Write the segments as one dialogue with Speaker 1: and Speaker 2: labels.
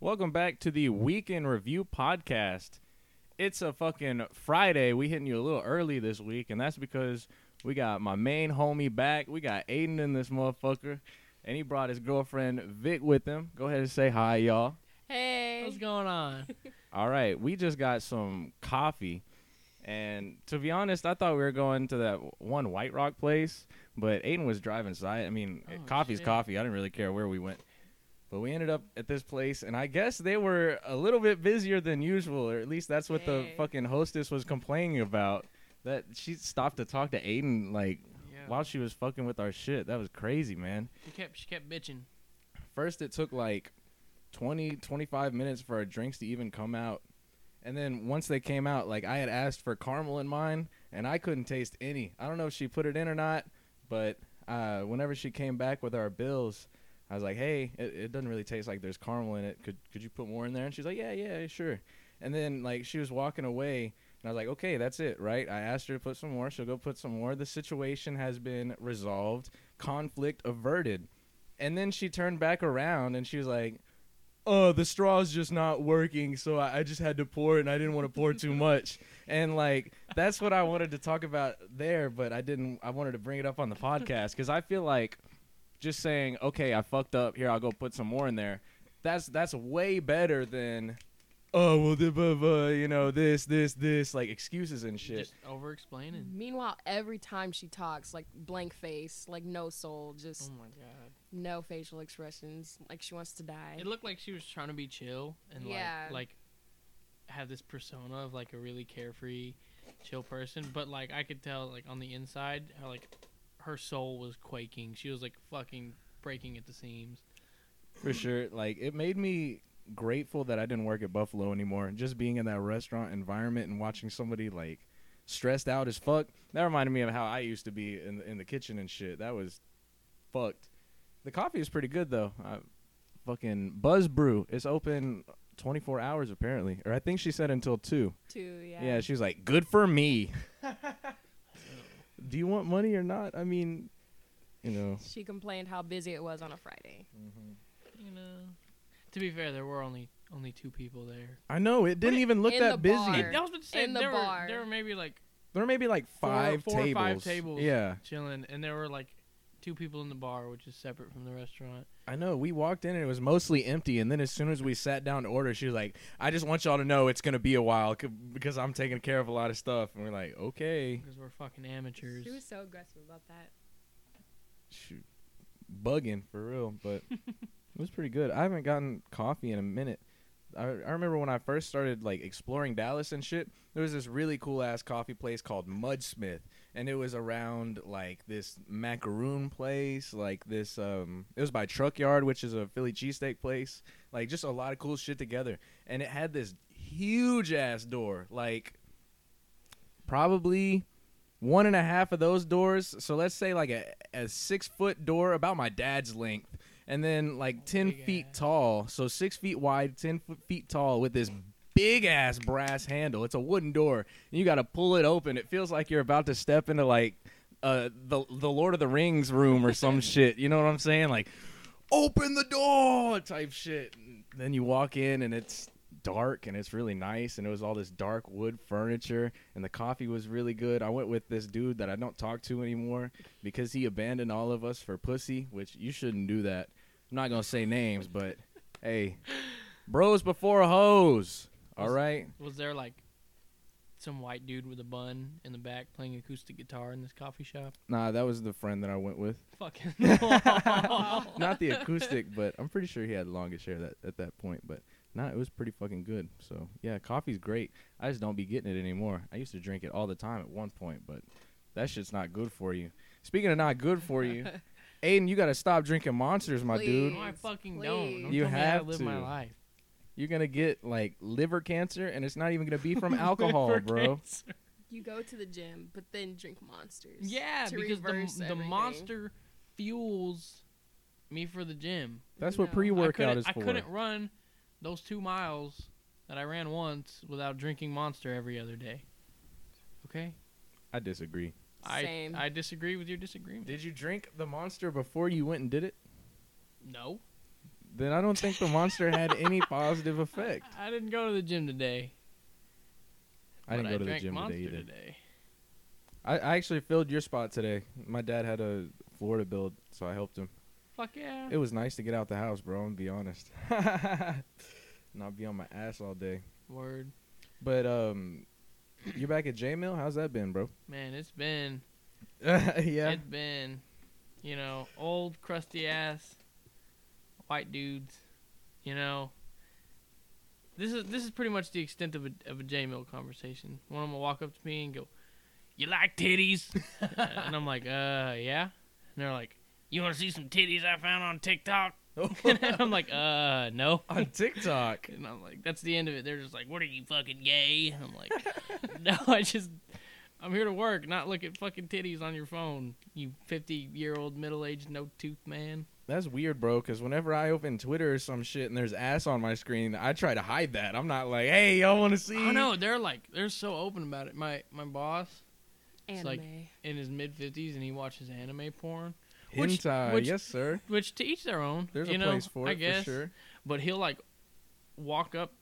Speaker 1: Welcome back to the Weekend Review Podcast. It's a fucking Friday. We hitting you a little early this week, and that's because we got my main homie back. We got Aiden in this motherfucker, and he brought his girlfriend Vic with him. Go ahead and say hi, y'all.
Speaker 2: Hey.
Speaker 3: What's going on?
Speaker 1: All right, we just got some coffee, and to be honest, I thought we were going to that one White Rock place, but Aiden was driving, so I, I mean,
Speaker 3: Oh,
Speaker 1: coffee's
Speaker 3: shit.
Speaker 1: coffee. I didn't really care where we went, but we ended up at this place, and I guess they were a little bit busier than usual, or at least that's what the
Speaker 2: Dang.
Speaker 1: fucking hostess was complaining about. That she stopped to talk to Aiden like
Speaker 3: Yeah.
Speaker 1: while she was fucking with our shit. That was crazy, man
Speaker 3: She kept she kept bitching.
Speaker 1: first it took like 20 25 minutes for our drinks to even come out and then once they came out like i had asked for caramel in mine and i couldn't taste any i don't know if she put it in or not but uh, whenever she came back with our bills i was like hey it, it doesn't really taste like there's caramel in it could could you put more in there and she's like yeah yeah sure and then like she was walking away and i was like okay that's it right i asked her to put some more she'll go put some more the situation has been resolved conflict averted and then she turned back around and she was like, "Oh, the straw's just not working, so I, I just had to pour it, and I didn't want to pour too much." And like that's what I wanted to talk about there, but I didn't. I wanted to bring it up on the podcast because I feel like just saying, "Okay, I fucked up. Here, I'll go put some more in there." That's that's way better than, "Oh, well, the blah, blah, you know, this, this, this, like excuses and shit."
Speaker 3: Just over explaining.
Speaker 2: Meanwhile, every time she talks, like blank face, like no soul, just
Speaker 3: Oh my god.
Speaker 2: no facial expressions, like she wants to die.
Speaker 3: It looked like she was trying to be chill and
Speaker 2: Yeah.
Speaker 3: like like have this persona of like a really carefree, chill person, but like I could tell like on the inside how like her soul was quaking. She was like fucking breaking at the seams.
Speaker 1: For sure. Like it made me grateful that I didn't work at Buffalo anymore. Just being in that restaurant environment and watching somebody like stressed out as fuck. That reminded me of how I used to be in the, in the kitchen and shit. That was fucked. The coffee is pretty good though. I, fucking Buzz Brew. It's open 24 hours apparently, or I think she said until two.
Speaker 2: too, yeah.
Speaker 1: Yeah, she was like, "Good for me." Do you want money or not? I mean, you know.
Speaker 2: She complained how busy it was on a Friday.
Speaker 3: You know. To be fair, there were only only two people there.
Speaker 1: I know it didn't
Speaker 3: it-
Speaker 1: even look
Speaker 2: in
Speaker 1: that
Speaker 2: the
Speaker 1: busy.
Speaker 2: bar.
Speaker 3: That was what saying.
Speaker 2: In the
Speaker 3: there
Speaker 2: bar.
Speaker 3: were there were maybe like
Speaker 1: There may be like
Speaker 3: Four-
Speaker 1: five
Speaker 3: four
Speaker 1: tables.
Speaker 3: or five tables.
Speaker 1: Yeah,
Speaker 3: chilling, and there were like two people in the bar, which is separate from the restaurant.
Speaker 1: I know. We walked in and it was mostly empty. And then as soon as we sat down to order, she was like, "I just want y'all to know it's gonna be a while c- because I'm taking care of a lot of stuff." And we're like, "Okay."
Speaker 3: Because we're fucking amateurs.
Speaker 2: She was so aggressive about that.
Speaker 1: Shoot. Bugging for real, but it was pretty good. I haven't gotten coffee in a minute. I, I remember when I first started like exploring Dallas and shit. There was this really cool ass coffee place called Mudsmith, and it was around like this macaroon place, like this. Um, it was by Truck Yard, which is a Philly cheesesteak place. Like just a lot of cool shit together, and it had this huge ass door, like probably one and a half of those doors. So let's say like a, a six foot door, about my dad's length, and then like ten
Speaker 3: Oh, big
Speaker 1: feet
Speaker 3: ass.
Speaker 1: tall. So six feet wide, ten foot feet tall, with this big ass brass handle. It's a wooden door, and you got to pull it open. It feels like you're about to step into like uh the the Lord of the Rings room or some shit. You know what I'm saying? Like open the door type shit. And then you walk in and it's dark and it's really nice and it was all this dark wood furniture and the coffee was really good. I went with this dude that I don't talk to anymore because he abandoned all of us for pussy, which you shouldn't do that. I'm not going to say names, but hey, bros before hoes. All right?
Speaker 3: Was there like some white dude with a bun in the back playing acoustic guitar in this coffee shop?
Speaker 1: Nah, that was the friend that I went with.
Speaker 3: Fucking.
Speaker 1: not the acoustic, but I'm pretty sure he had longest hair that at that point. But no, it was pretty fucking good. So yeah, coffee's great. I just don't be getting it anymore. I used to drink it all the time at one point, but that shit's not good for you. Speaking of not good for you, Aiden, you gotta stop drinking monsters, my dude.
Speaker 3: No, I fucking
Speaker 2: Please,
Speaker 3: don't. Don't
Speaker 1: You
Speaker 3: tell me how
Speaker 1: have
Speaker 3: to live my
Speaker 1: to.
Speaker 3: life.
Speaker 1: You're gonna get like liver cancer, and it's not even gonna be from alcohol,
Speaker 3: Liver
Speaker 1: bro.
Speaker 3: cancer.
Speaker 2: You go to the gym, but then drink monsters.
Speaker 3: Yeah,
Speaker 2: to
Speaker 3: because
Speaker 2: reverse
Speaker 3: the, the
Speaker 2: everything.
Speaker 3: monster fuels me for the gym.
Speaker 1: That's what
Speaker 2: No.
Speaker 1: pre-workout
Speaker 3: I
Speaker 1: is
Speaker 3: couldn't-
Speaker 1: for.
Speaker 3: I couldn't run those two miles that I ran once without drinking Monster every other day. Okay.
Speaker 1: I disagree.
Speaker 2: Same.
Speaker 3: I I disagree with your disagreement.
Speaker 1: Did you drink the monster before you went and did it?
Speaker 3: no.
Speaker 1: then I don't think the monster had any positive effect.
Speaker 3: I didn't go to the gym today.
Speaker 1: I didn't
Speaker 3: but
Speaker 1: go to the
Speaker 3: drank
Speaker 1: gym
Speaker 3: Monster
Speaker 1: today either.
Speaker 3: today.
Speaker 1: I, I actually filled your spot today. My dad had a Florida build, so I helped him.
Speaker 3: Fuck yeah.
Speaker 1: It was nice to get out the house, bro. I'm gonna be honest. Not be on my ass all day.
Speaker 3: Word.
Speaker 1: But um, you're back at J Mill. How's that been, bro?
Speaker 3: Man, it's been
Speaker 1: yeah.
Speaker 3: it's been you know, old crusty ass white dudes, you know. This is this is pretty much the extent of a of a J Mill conversation. One of them will walk up to me and go, You like titties? and I'm like, uh yeah. And they're like, You wanna see some titties I found on TikTok? and I'm like, uh no.
Speaker 1: on TikTok.
Speaker 3: And I'm like, that's the end of it. They're just like, what are you fucking gay? And I'm like, no, I just, I'm here to work, not look at fucking titties on your phone, you 50 year old middle aged no tooth man.
Speaker 1: That's weird, bro. Because whenever I open Twitter or some shit and there's ass on my screen, I try to hide that. I'm not like, hey, y'all want to see?
Speaker 3: Oh no, they're like, they're so open about it. My my boss
Speaker 2: Anime.
Speaker 3: It's like- in his mid 50s and he watches anime porn, Which-
Speaker 1: Hentai.
Speaker 3: which-
Speaker 1: yes, sir.
Speaker 3: which to each their own.
Speaker 1: There's
Speaker 3: you
Speaker 1: a
Speaker 3: know,
Speaker 1: place for
Speaker 3: I
Speaker 1: it
Speaker 3: guess.
Speaker 1: for sure.
Speaker 3: But he'll like walk up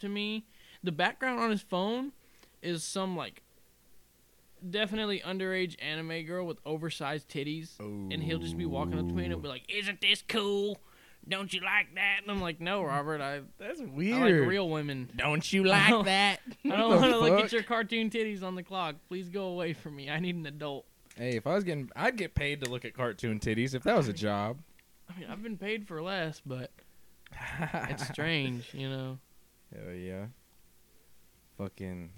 Speaker 3: to me. The background on his phone is some like definitely underage anime girl with oversized titties. and he'll just be walking up to me and he'll be like, "Isn't this cool? Don't you like that?" And I'm like, "No, Robert, I,
Speaker 1: That's
Speaker 3: I
Speaker 1: weird.
Speaker 3: like real women.
Speaker 1: Don't you
Speaker 3: like
Speaker 1: that?
Speaker 3: I don't want to look at your cartoon titties on the clock. Please go away from me. I need an adult.
Speaker 1: Hey, if I was getting, I'd get paid to look at cartoon titties if that was a job.
Speaker 3: I mean, I've been paid for less, but it's strange, you know.
Speaker 1: Hell yeah. Fucking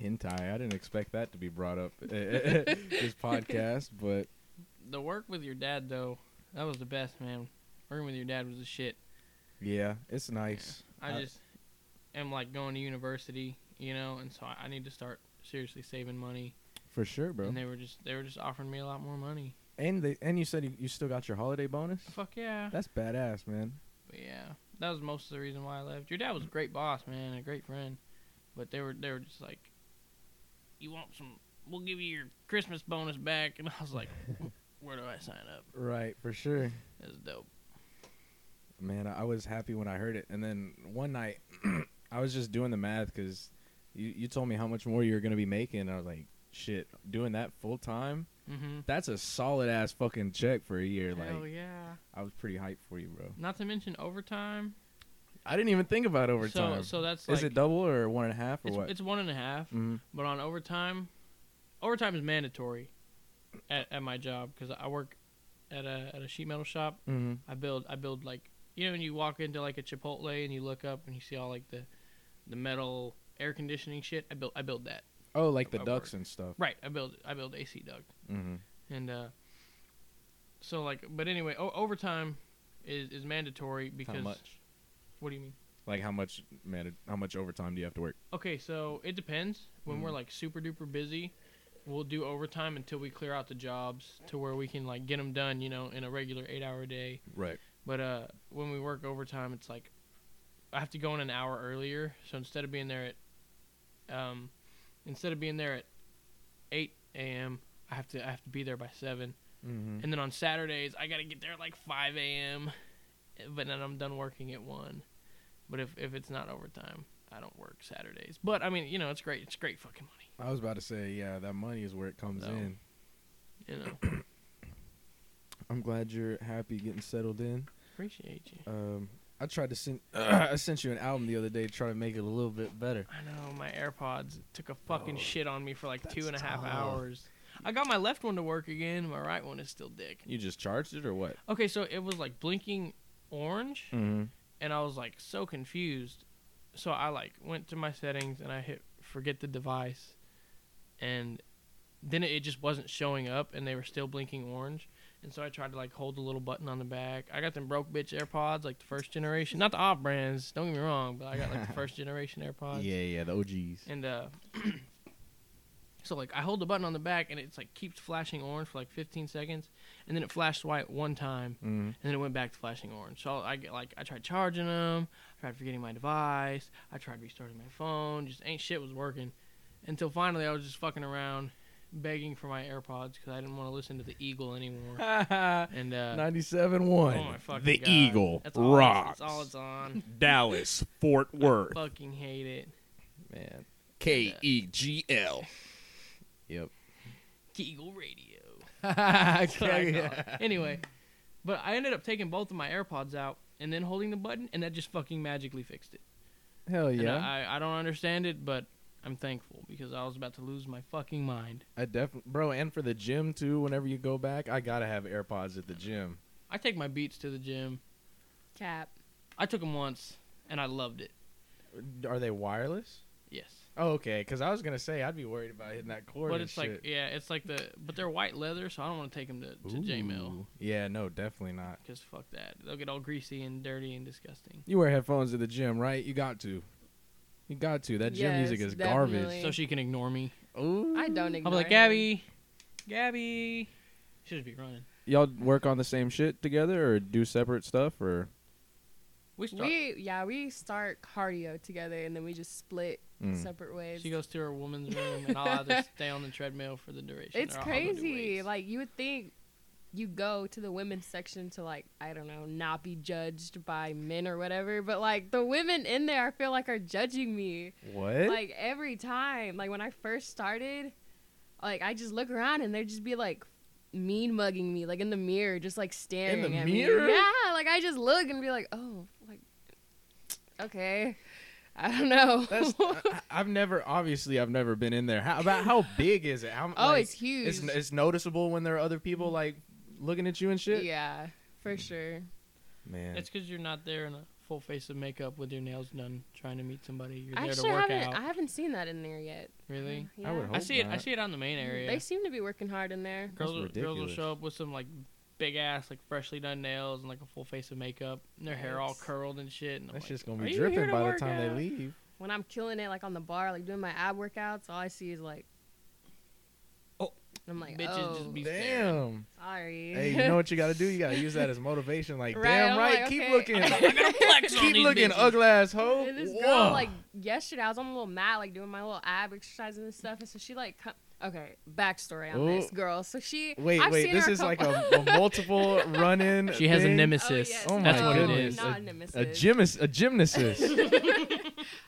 Speaker 1: hentai. I didn't expect that to be brought up eh, this podcast, but
Speaker 3: The work with your dad though, that was the best, man. Working with your dad was the shit.
Speaker 1: yeah, it's nice.
Speaker 3: I
Speaker 1: I-
Speaker 3: just am like going to university, you know, and so I, I need to start seriously saving money.
Speaker 1: For sure, bro.
Speaker 3: And they were just they were just offering me a lot more money.
Speaker 1: And they and you said you, you still got your holiday bonus?
Speaker 3: Fuck yeah.
Speaker 1: That's badass, man.
Speaker 3: But yeah, that was most of the reason why I left. Your dad was a great boss, man, a great friend. But they were they were just like, "You want some? We'll give you your Christmas bonus back." And I was like, "Where do I sign up?"
Speaker 1: Right, for sure.
Speaker 3: That's dope.
Speaker 1: Man, I I was happy when I heard it. And then one night, I was just doing the math because you, you told me how much more you were going to be making. And I was like, shit, doing that full time?
Speaker 3: Mm-hmm.
Speaker 1: That's a solid ass fucking check for a year. Like,
Speaker 3: Hell yeah!
Speaker 1: I was pretty hyped for you, bro.
Speaker 3: Not to mention overtime.
Speaker 1: I didn't even think about overtime.
Speaker 3: So so that's like
Speaker 1: Is it double or one and a half or
Speaker 3: it's,
Speaker 1: what?
Speaker 3: it's one and a half.
Speaker 1: Mhm.
Speaker 3: But on overtime, overtime is mandatory at, at my job because I work at a at a sheet metal shop
Speaker 1: Mhm.
Speaker 3: I build I build like you know when you walk into like a Chipotle and you look up and you see all like the the metal air conditioning shit. I build I build that.
Speaker 1: Oh, like the
Speaker 3: I
Speaker 1: ducks and stuff.
Speaker 3: Right. I build I build AC duct.
Speaker 1: Mm-hmm.
Speaker 3: And uh so like but anyway, o- overtime is is mandatory because
Speaker 1: How much?
Speaker 3: what do you mean?
Speaker 1: Like how much man? How much overtime do you have to work?
Speaker 3: Okay, so it depends. When we're
Speaker 1: Mm.
Speaker 3: like super duper busy, we'll do overtime until we clear out the jobs to where we can like get them done, you know, in a regular 8-hour day.
Speaker 1: Right.
Speaker 3: But uh, when we work overtime, it's like I have to go in an hour earlier. So instead of being there at, um, instead of being there at eight a.m., I have to I have to be there by seven.
Speaker 1: Mm-hmm.
Speaker 3: And then on Saturdays, I gotta get there at like five a.m. But then I'm done working at one. But if if it's not overtime, I don't work Saturdays. But I mean, you know, it's great. It's great fucking money.
Speaker 1: I was about to say, yeah, that money is where it comes
Speaker 3: No.
Speaker 1: in.
Speaker 3: You know,
Speaker 1: I'm glad you're happy getting settled in.
Speaker 3: appreciate you.
Speaker 1: Um, I tried to send. I sent you an album the other day to try to make it a little bit better.
Speaker 3: I know my AirPods took a fucking
Speaker 1: Oh,
Speaker 3: shit on me for like two
Speaker 1: that's
Speaker 3: and a half
Speaker 1: tough.
Speaker 3: hours. I got my left one to work again. My right one is still dick.
Speaker 1: You just charged it or what?
Speaker 3: Okay, so it was like blinking orange,
Speaker 1: Mm-hmm.
Speaker 3: and I was like so confused. So I like went to my settings and I hit forget the device, and then it just wasn't showing up, and they were still blinking orange. And so I tried to like hold the little button on the back. I got them broke bitch AirPods, like the first generation, not the off brands. Don't get me wrong, but I got like the first generation AirPods.
Speaker 1: Yeah, yeah, the OGs.
Speaker 3: And uh so like I hold the button on the back and it's like keeps flashing orange for like 15 seconds and then it flashed white one time
Speaker 1: Mm-hmm.
Speaker 3: and then it went back to flashing orange. So I get like I tried charging them, I tried forgetting my device, I tried restarting my phone, just ain't shit was working until finally I was just fucking around begging for my AirPods because I didn't want to listen to the Eagle anymore.
Speaker 1: Mm-hmm.
Speaker 3: And uh,
Speaker 1: 97
Speaker 3: oh my
Speaker 1: 1.
Speaker 3: fucking
Speaker 4: The
Speaker 3: God.
Speaker 4: Eagle
Speaker 3: That's all it's-
Speaker 4: rocks.
Speaker 3: That's all it's on.
Speaker 4: Dallas, Fort Worth,
Speaker 3: Fucking hate it.
Speaker 1: Man.
Speaker 4: K E G L.
Speaker 1: Yep.
Speaker 3: Eagle Radio. That's what I
Speaker 4: Okay,
Speaker 3: call it. Anyway, but I ended up taking both of my AirPods out and then holding the button, and that just fucking magically fixed it.
Speaker 1: Hell
Speaker 3: And uh,
Speaker 1: yeah.
Speaker 3: I, I don't understand it, but I'm thankful because I was about to lose my fucking mind.
Speaker 1: I definitely, bro, and for the gym too. Whenever you go back, I gotta have AirPods at the gym.
Speaker 3: I take my Beats to the gym.
Speaker 2: Cap.
Speaker 3: I took them once, and I loved it.
Speaker 1: Are they wireless?
Speaker 3: Yes.
Speaker 1: Oh, okay. Because I was gonna say I'd be worried about hitting that cord.
Speaker 3: But
Speaker 1: and
Speaker 3: it's like,
Speaker 1: shit.
Speaker 3: yeah, it's like the, but they're white leather, so I don't want to take them to, to J Mill
Speaker 1: Ooh. Yeah, no, definitely not.
Speaker 3: because fuck that. They'll get all greasy and dirty and disgusting.
Speaker 1: You wear headphones at the gym, right? You got to. You got to. That gym music
Speaker 2: Yes,
Speaker 1: is
Speaker 2: definitely.
Speaker 3: So she can ignore me.
Speaker 1: garbage. Ooh.
Speaker 2: I don't
Speaker 3: I'll
Speaker 2: ignore
Speaker 3: be like,
Speaker 2: him.
Speaker 3: Gabby, Gabby. She should be running.
Speaker 1: Y'all work on the same shit together, or do separate stuff, or?
Speaker 3: We start.
Speaker 2: We yeah, we start cardio together and then we just split
Speaker 1: Mm.
Speaker 2: separate ways.
Speaker 3: She goes to her woman's room, and I'll either stay on the treadmill for the duration.
Speaker 2: it's
Speaker 3: or I'll go do
Speaker 2: crazy.
Speaker 3: weights.
Speaker 2: Like you would think you go to the women's section to like I don't know, not be judged by men or whatever, but like the women in there I feel like are judging me.
Speaker 1: What?
Speaker 2: Like every time, like when I first started, like I just look around and they'd just be like mean mugging me, like in the mirror, just like staring at
Speaker 1: mirror?
Speaker 2: me. Yeah, like I just look and be like, oh, like okay, I don't know.
Speaker 1: That's, uh, I, I've never, obviously, I've never been in there. How about how big is it? How,
Speaker 2: oh,
Speaker 1: like,
Speaker 2: it's huge.
Speaker 1: It's, it's noticeable when there are other people like looking at you and shit.
Speaker 2: yeah, for sure.
Speaker 1: Man.
Speaker 3: It's because you're not there in a full face of makeup with your nails done, trying to meet somebody. You're
Speaker 2: I
Speaker 3: there
Speaker 2: actually
Speaker 3: to work
Speaker 2: haven't.
Speaker 3: out.
Speaker 2: I haven't seen that in there yet.
Speaker 3: really?
Speaker 2: Yeah.
Speaker 1: would
Speaker 3: I
Speaker 1: Hope
Speaker 3: see it. I
Speaker 1: not.
Speaker 3: see it on the main area.
Speaker 2: They seem to be working hard in there.
Speaker 1: That's
Speaker 3: girls, will- girls will
Speaker 1: ridiculous.
Speaker 3: show up with some like big ass, like freshly done nails and like a full face of makeup, and their hair all
Speaker 2: Yikes.
Speaker 3: curled and shit. And I'm
Speaker 1: That's
Speaker 3: like,
Speaker 1: just gonna
Speaker 3: "Are
Speaker 1: be
Speaker 3: you here
Speaker 1: dripping
Speaker 3: to
Speaker 1: by the
Speaker 3: work
Speaker 1: time they
Speaker 3: out?"
Speaker 1: leave.
Speaker 2: When I'm killing it, like on the bar, like doing my ab workouts, all I see is like,
Speaker 3: Oh.
Speaker 2: I'm like,
Speaker 3: Bitches
Speaker 2: oh,
Speaker 3: just be-
Speaker 1: Damn.
Speaker 2: sorry.
Speaker 1: hey, you know what you gotta do? You gotta use that as motivation. Like,
Speaker 2: Right,
Speaker 1: damn
Speaker 2: I'm
Speaker 1: right,
Speaker 2: like,
Speaker 1: keep
Speaker 2: okay.
Speaker 1: looking,
Speaker 3: I gotta flex on
Speaker 1: keep
Speaker 3: these
Speaker 1: looking,
Speaker 3: bitches.
Speaker 1: ugly asshole.
Speaker 2: And this
Speaker 1: Whoa.
Speaker 2: girl, like yesterday, I was on a little mat, like doing my little ab exercises and stuff, and so she like, co- okay, backstory on this
Speaker 1: Ooh.
Speaker 2: girl. So she,
Speaker 1: wait,
Speaker 2: I've
Speaker 1: wait,
Speaker 2: seen
Speaker 1: this
Speaker 2: her Oh,
Speaker 1: is
Speaker 2: come-
Speaker 1: like a, a multiple run-in.
Speaker 3: She has a
Speaker 1: thing?
Speaker 2: Oh,
Speaker 3: nemesis.
Speaker 2: yes.
Speaker 1: Oh
Speaker 3: That's
Speaker 1: my
Speaker 3: what it
Speaker 1: goodness.
Speaker 3: is.
Speaker 2: Not a
Speaker 1: A
Speaker 2: nemesis.
Speaker 1: gymnast, a gymnasis.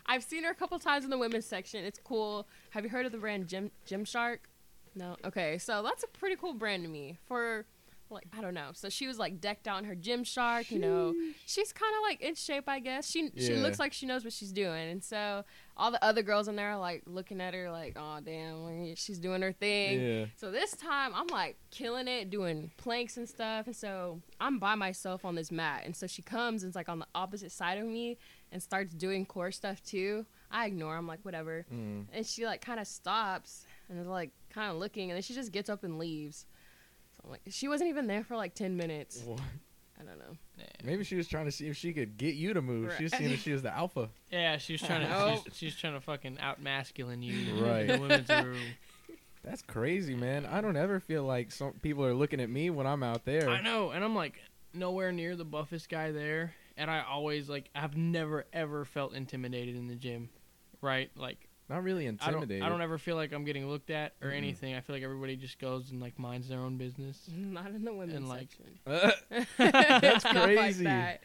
Speaker 2: I've seen her a couple times in the women's section. It's cool. Have you heard of the brand Gym Gymshark? No. Okay, so that's a pretty cool brand to me for like I don't know. So she was like decked out in her Gymshark, you know. She's kind of like in shape, I guess. She she
Speaker 1: Yeah.
Speaker 2: looks like she knows what she's doing, and so all the other girls in there are like looking at her like, oh damn, she's doing her thing.
Speaker 1: yeah.
Speaker 2: So this time I'm like killing it, doing planks and stuff. And so I'm by myself on this mat. And so she comes and's like on the opposite side of me and starts doing core stuff too. I ignore. I'm like, whatever.
Speaker 1: Mm.
Speaker 2: And she like kind of stops and is like kind of looking. And then she just gets up and leaves. So I'm like, she wasn't even there for like 10 minutes.
Speaker 1: Wha-
Speaker 2: I don't know.
Speaker 1: Maybe she was trying to see if she could get you to move. She was seeing if she was the alpha.
Speaker 3: Yeah, she's trying to.
Speaker 2: Nope.
Speaker 3: She's, she's trying to fucking out masculine you.
Speaker 1: Right.
Speaker 3: In the women's room.
Speaker 1: That's crazy, man. I don't ever feel like some people are looking at me when I'm out there.
Speaker 3: I know, and I'm like nowhere near the buffest guy there, and I always like I've never ever felt intimidated in the gym, right? Like
Speaker 1: Not really
Speaker 3: I don't
Speaker 1: intimidated.
Speaker 3: I don't ever feel like I'm getting looked at or
Speaker 1: Mm-mm.
Speaker 3: anything. I feel like everybody just goes and like minds their own business.
Speaker 2: Not in the women's
Speaker 3: like-
Speaker 2: section.
Speaker 1: That's
Speaker 2: It's not like
Speaker 1: crazy.
Speaker 2: that.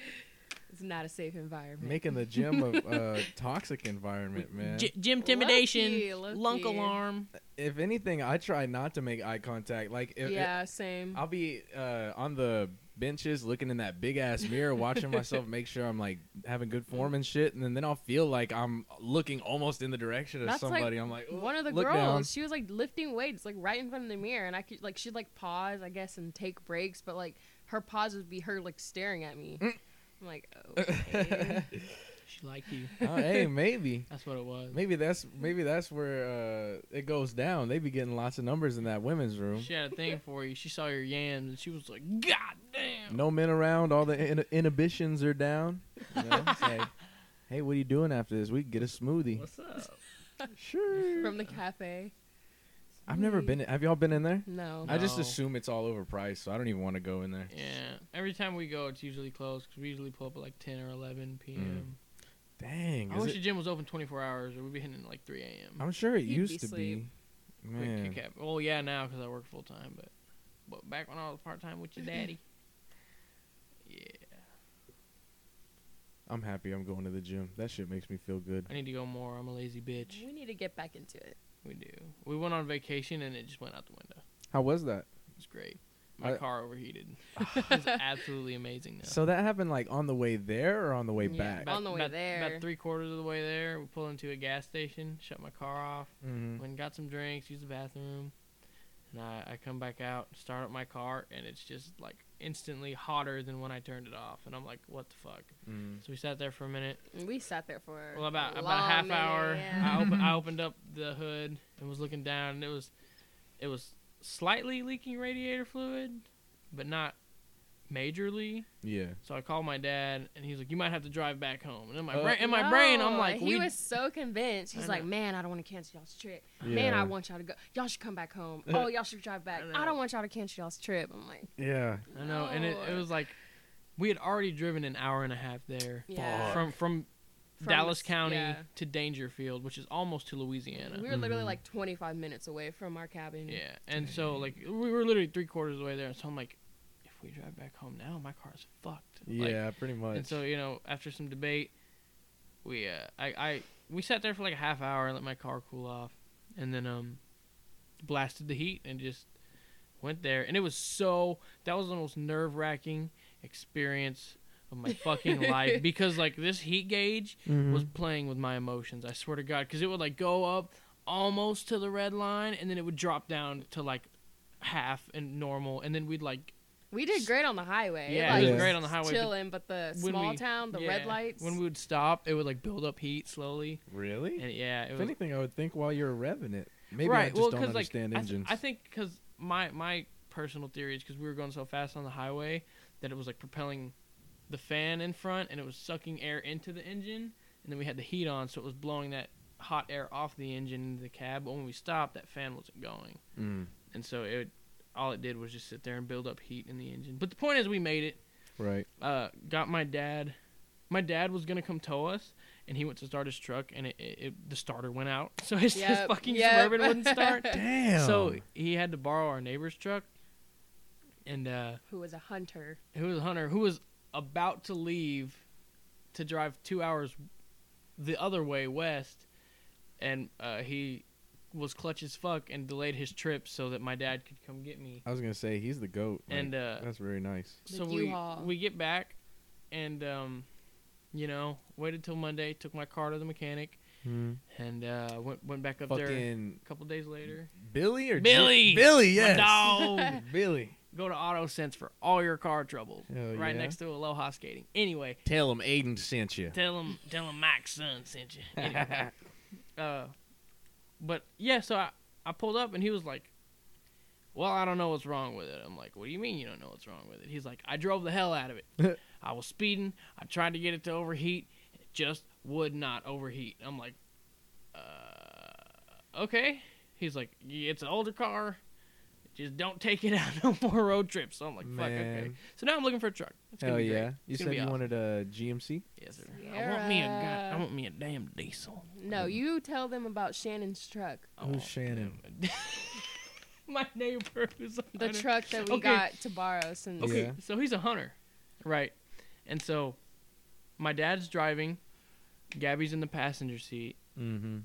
Speaker 2: It's not a safe environment.
Speaker 1: Making the gym a uh, toxic environment, man.
Speaker 3: G- gym intimidation,
Speaker 2: Low-key, low-key.
Speaker 3: lunk alarm.
Speaker 1: if anything, I try not to make eye contact. Like, if,
Speaker 2: yeah, same.
Speaker 1: I'll be uh, on the benches looking in that big ass mirror, watching myself make sure I'm like having good form and shit, and then, then I'll feel like I'm looking almost in the direction of
Speaker 2: That's like
Speaker 1: somebody. I'm like, "Ugh,
Speaker 2: one of the
Speaker 1: look
Speaker 2: girls
Speaker 1: down."
Speaker 2: she was like lifting weights like right in front of the mirror and i could like she'd like pause i guess and take breaks but like her pause would be her like staring at me
Speaker 1: Mm.
Speaker 2: i'm like okay.
Speaker 3: She liked you.
Speaker 1: Oh, hey, maybe.
Speaker 3: That's what it was.
Speaker 1: Maybe that's maybe that's where uh, it goes down. They be getting lots of numbers in that women's room.
Speaker 3: She had a thing for you. She saw your yams and she was like, God damn.
Speaker 1: No men around. All the in- inhibitions are down. You know, it's like, hey, what are you doing after this? We can get a smoothie.
Speaker 3: What's up?
Speaker 1: Sure.
Speaker 2: from the cafe
Speaker 1: I've never been. Have y'all been in there?
Speaker 2: no
Speaker 1: I just
Speaker 3: No.
Speaker 1: assume it's all overpriced, so I don't even want to go in there.
Speaker 3: Yeah. Every time we go, it's usually closed because we usually pull up at like 10 or 11 p.m.
Speaker 1: Dang.
Speaker 3: I
Speaker 1: is
Speaker 3: wish
Speaker 1: it-
Speaker 3: the gym was open 24 hours or we'd be hitting at like 3 a.m.
Speaker 1: I'm sure it
Speaker 2: You'd
Speaker 1: used
Speaker 2: be
Speaker 1: to
Speaker 2: asleep.
Speaker 1: be.
Speaker 3: Quick
Speaker 1: Man,
Speaker 3: kick up. Well, yeah, now because I work full time, but but back when I was part time with your daddy, yeah,
Speaker 1: I'm happy I'm going to the gym. That shit makes me feel good.
Speaker 3: I need to go more. I'm a lazy bitch.
Speaker 2: We need to get back into it.
Speaker 3: We do. We went on vacation and it just went out the window.
Speaker 1: How was that?
Speaker 3: It was great. My
Speaker 1: I-
Speaker 3: car overheated. it was absolutely amazing. Though.
Speaker 1: So that happened like on the way there or on the way
Speaker 2: Yeah,
Speaker 1: back?
Speaker 2: back. On the way
Speaker 3: about,
Speaker 2: there.
Speaker 3: about three quarters of the way there, we pulled into a gas station, shut my car off,
Speaker 1: hmm
Speaker 3: went and got some drinks, used the bathroom, and I, I come back out, start up my car, and it's just like instantly hotter than when I turned it off, and I'm like, what the fuck?
Speaker 1: Mm-hmm.
Speaker 3: So we sat there for a minute.
Speaker 2: We sat there for
Speaker 3: Well, about
Speaker 2: a
Speaker 3: about a half
Speaker 2: long minute,
Speaker 3: hour.
Speaker 2: yeah.
Speaker 3: I, open, I opened up the hood and was looking down, and it was, it was slightly leaking radiator fluid, but not majorly.
Speaker 1: Yeah.
Speaker 3: So I called my dad, and he's like, "You might have to drive back home." And in my
Speaker 1: Uh,
Speaker 3: brain, in my brain, I'm
Speaker 2: No,
Speaker 3: like,
Speaker 2: he
Speaker 3: "We."
Speaker 2: was so convinced.
Speaker 3: I
Speaker 2: He's like,
Speaker 3: know.
Speaker 2: man, I don't want to cancel y'all's trip.
Speaker 1: yeah.
Speaker 2: Man, I want y'all to go. Y'all should come back home. Oh, y'all should drive back.
Speaker 3: I know.
Speaker 2: I, don't want y'all to cancel y'all's trip. I'm like,
Speaker 1: Yeah.
Speaker 3: I know, and it, it
Speaker 2: No.
Speaker 3: was like, we had already driven an hour and a half there
Speaker 2: yeah.
Speaker 3: from from,
Speaker 2: From
Speaker 3: Dallas
Speaker 2: the-
Speaker 3: County
Speaker 2: yeah.
Speaker 3: to Dangerfield, which is almost to Louisiana.
Speaker 2: We were literally
Speaker 1: Mhm.
Speaker 2: like 25 minutes away from our cabin.
Speaker 3: Yeah, and so like we were literally three quarters of the way there, and so I'm like, if we drive back home now, my car's fucked. Like,
Speaker 1: Yeah, pretty much.
Speaker 3: and so you know, after some debate, we uh, I I we sat there for like a half hour and let my car cool off, and then um, blasted the heat and just went there, and it was so that was the most nerve wracking experience of my fucking life because like this heat gauge
Speaker 1: Mm-hmm.
Speaker 3: was playing with my emotions. I swear to God, because it would like go up almost to the red line, and then it would drop down to like half and normal, and then we'd like
Speaker 2: We did great on the highway.
Speaker 3: yeah,
Speaker 2: like,
Speaker 3: it
Speaker 1: Yeah.
Speaker 3: was great on the highway. but
Speaker 2: Chilling, but the
Speaker 3: when
Speaker 2: small
Speaker 3: we-
Speaker 2: town, the
Speaker 3: yeah,
Speaker 2: red lights.
Speaker 3: When we would stop, it would like build up heat slowly,
Speaker 1: really?
Speaker 3: and yeah,
Speaker 1: If
Speaker 3: it was
Speaker 1: anything, I would think while you're a revenant. Maybe I
Speaker 3: right.
Speaker 1: just
Speaker 3: well,
Speaker 1: don't
Speaker 3: 'cause, like
Speaker 1: understand
Speaker 3: I, th-
Speaker 1: engines.
Speaker 3: I think because my my personal theory is because we were going so fast on the highway that it was like propelling the fan in front and it was sucking air into the engine, and then we had the heat on, so it was blowing that hot air off the engine into the cab. But when we stopped, that fan wasn't going,
Speaker 1: Mm,
Speaker 3: and so it all it did was just sit there and build up heat in the engine. But the point is, we made it
Speaker 1: right.
Speaker 3: uh, got my dad. My dad was gonna come tow us, and he went to start his truck, and it, it, it the starter went out, so his, his
Speaker 2: Yep,
Speaker 3: fucking
Speaker 2: yep.
Speaker 3: suburban wouldn't start.
Speaker 1: Damn.
Speaker 3: So he had to borrow our neighbor's truck, and uh,
Speaker 2: who was a hunter.
Speaker 3: it was Hunter who was about to leave to drive two hours the other way west, and uh, he was clutch as fuck and delayed his trip so that my dad could come get me.
Speaker 1: I was gonna say he's the goat. like,
Speaker 3: And uh,
Speaker 1: that's very nice.
Speaker 2: The
Speaker 3: so we
Speaker 2: U-Haul.
Speaker 3: we get back and um you know waited till monday took my car to the mechanic
Speaker 1: Mm-hmm.
Speaker 3: and uh went went back up there
Speaker 1: Fucking
Speaker 3: a couple days later
Speaker 1: Billy or Ju-
Speaker 3: Billy!
Speaker 1: Billy,
Speaker 3: My
Speaker 1: yes.
Speaker 3: dog.
Speaker 1: Billy.
Speaker 3: go to auto sense for all your car troubles
Speaker 1: Hell
Speaker 3: right
Speaker 1: yeah.
Speaker 3: next to aloha skating anyway
Speaker 1: Tell him Aiden sent you.
Speaker 3: tell him tell him mike's son sent you anyway, uh but yeah so i i pulled up and he was like well, I don't know what's wrong with it. I'm like, what do you mean you don't know what's wrong with it? He's like, I drove the hell out of it. I was speeding. I tried to get it to overheat. It just would not overheat. I'm like, uh, okay. He's like, yeah, it's an older car. Just don't take it out no more road trips. So I'm like, fuck, okay.
Speaker 1: Man.
Speaker 3: So now I'm looking for a truck. It's gonna
Speaker 1: Hell
Speaker 3: be great.
Speaker 1: yeah. You
Speaker 3: It's gonna
Speaker 1: said
Speaker 3: be
Speaker 1: you
Speaker 3: awesome.
Speaker 1: wanted uh, a GMC?
Speaker 3: Yes, sir. I want me a god. I
Speaker 2: Sierra.
Speaker 3: want me a damn diesel.
Speaker 2: No, you tell them about Shannon's truck.
Speaker 3: I
Speaker 1: Who's
Speaker 3: want
Speaker 1: Shannon?
Speaker 3: them- My neighbor who's a
Speaker 2: The
Speaker 3: hunter.
Speaker 2: truck that we
Speaker 3: Okay.
Speaker 2: got to borrow since.
Speaker 3: Okay,
Speaker 1: Yeah.
Speaker 3: so he's a hunter, right? And so, my dad's driving. Gabby's in the passenger seat.
Speaker 1: Mm-hmm.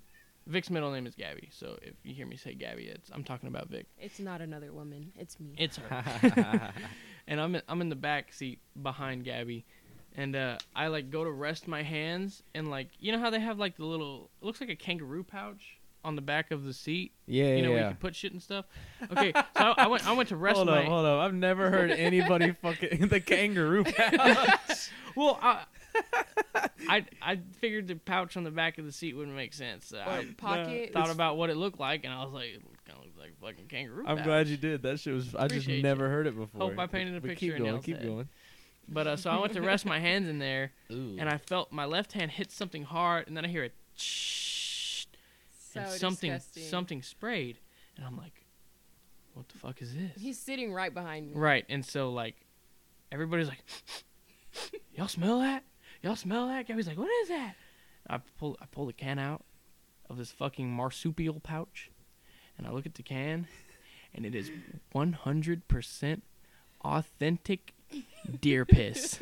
Speaker 3: Vic's middle name is Gabby, so if you hear me say Gabby, it's I'm talking about Vic.
Speaker 2: It's not another woman. It's me.
Speaker 3: It's her. and I'm in, I'm in the back seat behind Gabby, and uh, I like go to rest my hands and like you know how they have like the little it looks like a kangaroo pouch on the back of the seat.
Speaker 1: Yeah,
Speaker 3: you know where you
Speaker 1: yeah.
Speaker 3: can put shit and stuff. Okay, so I, I went I went to rest
Speaker 1: Hold
Speaker 3: my
Speaker 1: up, hold up. I've never heard anybody fucking the kangaroo. pouch.
Speaker 3: well I. I I figured the pouch on the back of the seat wouldn't make sense. So I
Speaker 2: Pocket.
Speaker 3: thought about what it looked like, and I was like, it kind of looks like a fucking kangaroo.
Speaker 1: I'm
Speaker 3: pouch.
Speaker 1: glad you did. That shit was. I just
Speaker 3: Appreciate
Speaker 1: never heard it before.
Speaker 3: Hope I painted a
Speaker 1: But
Speaker 3: picture
Speaker 1: Keep
Speaker 3: in
Speaker 1: going.
Speaker 3: y'all's
Speaker 1: Keep
Speaker 3: head.
Speaker 1: going.
Speaker 3: But uh, so I went to rest my hands in there, and I felt my left hand hit something hard, and then I hear a shh,
Speaker 2: so
Speaker 3: and something
Speaker 2: disgusting.
Speaker 3: something sprayed, and I'm like, "What the fuck is this?"
Speaker 2: He's sitting right behind me.
Speaker 3: right, and so like, everybody's like, "Y'all smell that? Y'all smell that?" Gabby's like, "What is that?" I pull I pull the can out of this fucking marsupial pouch, and I look at the can, and it is 100% authentic deer piss.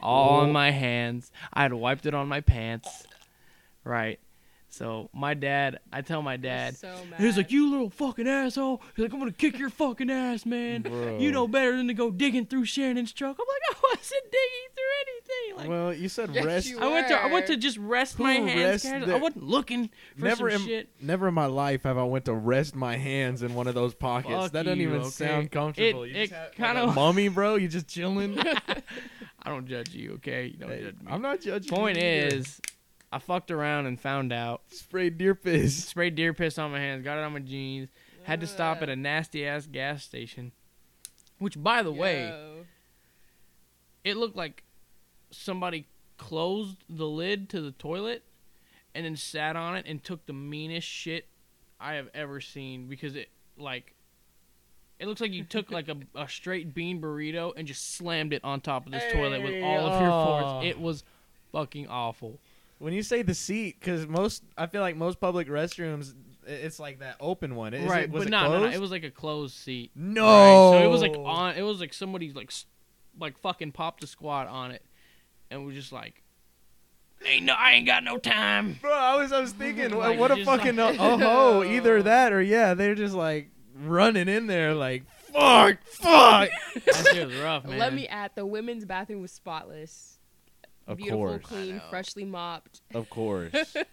Speaker 3: All on my hands. I had wiped it on my pants. Right. So my dad, I tell my dad,
Speaker 2: So mad.
Speaker 3: he's like, "You little fucking asshole!" He's like, "I'm gonna kick your fucking ass, man. You
Speaker 1: Bro.
Speaker 3: know better than to go digging through Shannon's truck." I'm like, "I wasn't digging through anything." Like,
Speaker 1: well, you said
Speaker 2: Yes,
Speaker 1: rest.
Speaker 2: you
Speaker 3: I went to I went to
Speaker 2: were.
Speaker 3: just rest
Speaker 1: Who
Speaker 3: my hands.
Speaker 1: rests
Speaker 3: casually. I
Speaker 1: there?
Speaker 3: wasn't looking for
Speaker 1: never
Speaker 3: some
Speaker 1: in
Speaker 3: shit.
Speaker 1: never in my life have I went to rest my hands in one of those pockets.
Speaker 3: Fuck
Speaker 1: that doesn't
Speaker 3: you,
Speaker 1: even
Speaker 3: okay?
Speaker 1: sound comfortable.
Speaker 3: It-
Speaker 1: you just
Speaker 3: it
Speaker 1: have-
Speaker 3: kinda-
Speaker 1: like a mummy, bro. You just chilling.
Speaker 3: I don't judge you, okay? You don't
Speaker 1: Hey,
Speaker 3: judge me.
Speaker 1: I'm not judging.
Speaker 3: Point
Speaker 1: you either.
Speaker 3: is, I fucked around and found out.
Speaker 1: spray deer piss.
Speaker 3: Sprayed deer piss on my hands. Got it on my jeans. Had to stop at a nasty ass gas station. Which, by the way,
Speaker 2: Yo.
Speaker 3: it looked like somebody closed the lid to the toilet and then sat on it and took the meanest shit I have ever seen because it like it looks like you took like a, a straight bean burrito and just slammed it on top of this toilet with
Speaker 1: Hey, Oh.
Speaker 3: all of your
Speaker 1: aw.
Speaker 3: force. It was fucking awful.
Speaker 1: When you say the seat, because most I feel like most public restrooms, i- it's like that open one. Is
Speaker 3: right,
Speaker 1: It, was
Speaker 3: but
Speaker 1: it
Speaker 3: no, no, no,
Speaker 1: closed?
Speaker 3: it was like a closed seat.
Speaker 1: no.
Speaker 3: Right, so it was like on. It was like somebody like s- like fucking popped a squat on it, and was just like, "Ain't no, I ain't got no time."
Speaker 1: Bro, I was I was thinking, wha-
Speaker 3: Like,
Speaker 1: what a
Speaker 3: just like-
Speaker 1: fucking oh ho! Either that or yeah, they're just like running in there like fuck, fuck.
Speaker 3: That shit was rough, man.
Speaker 2: Let me add the women's bathroom was spotless. Beautiful, clean, freshly mopped.
Speaker 1: of course.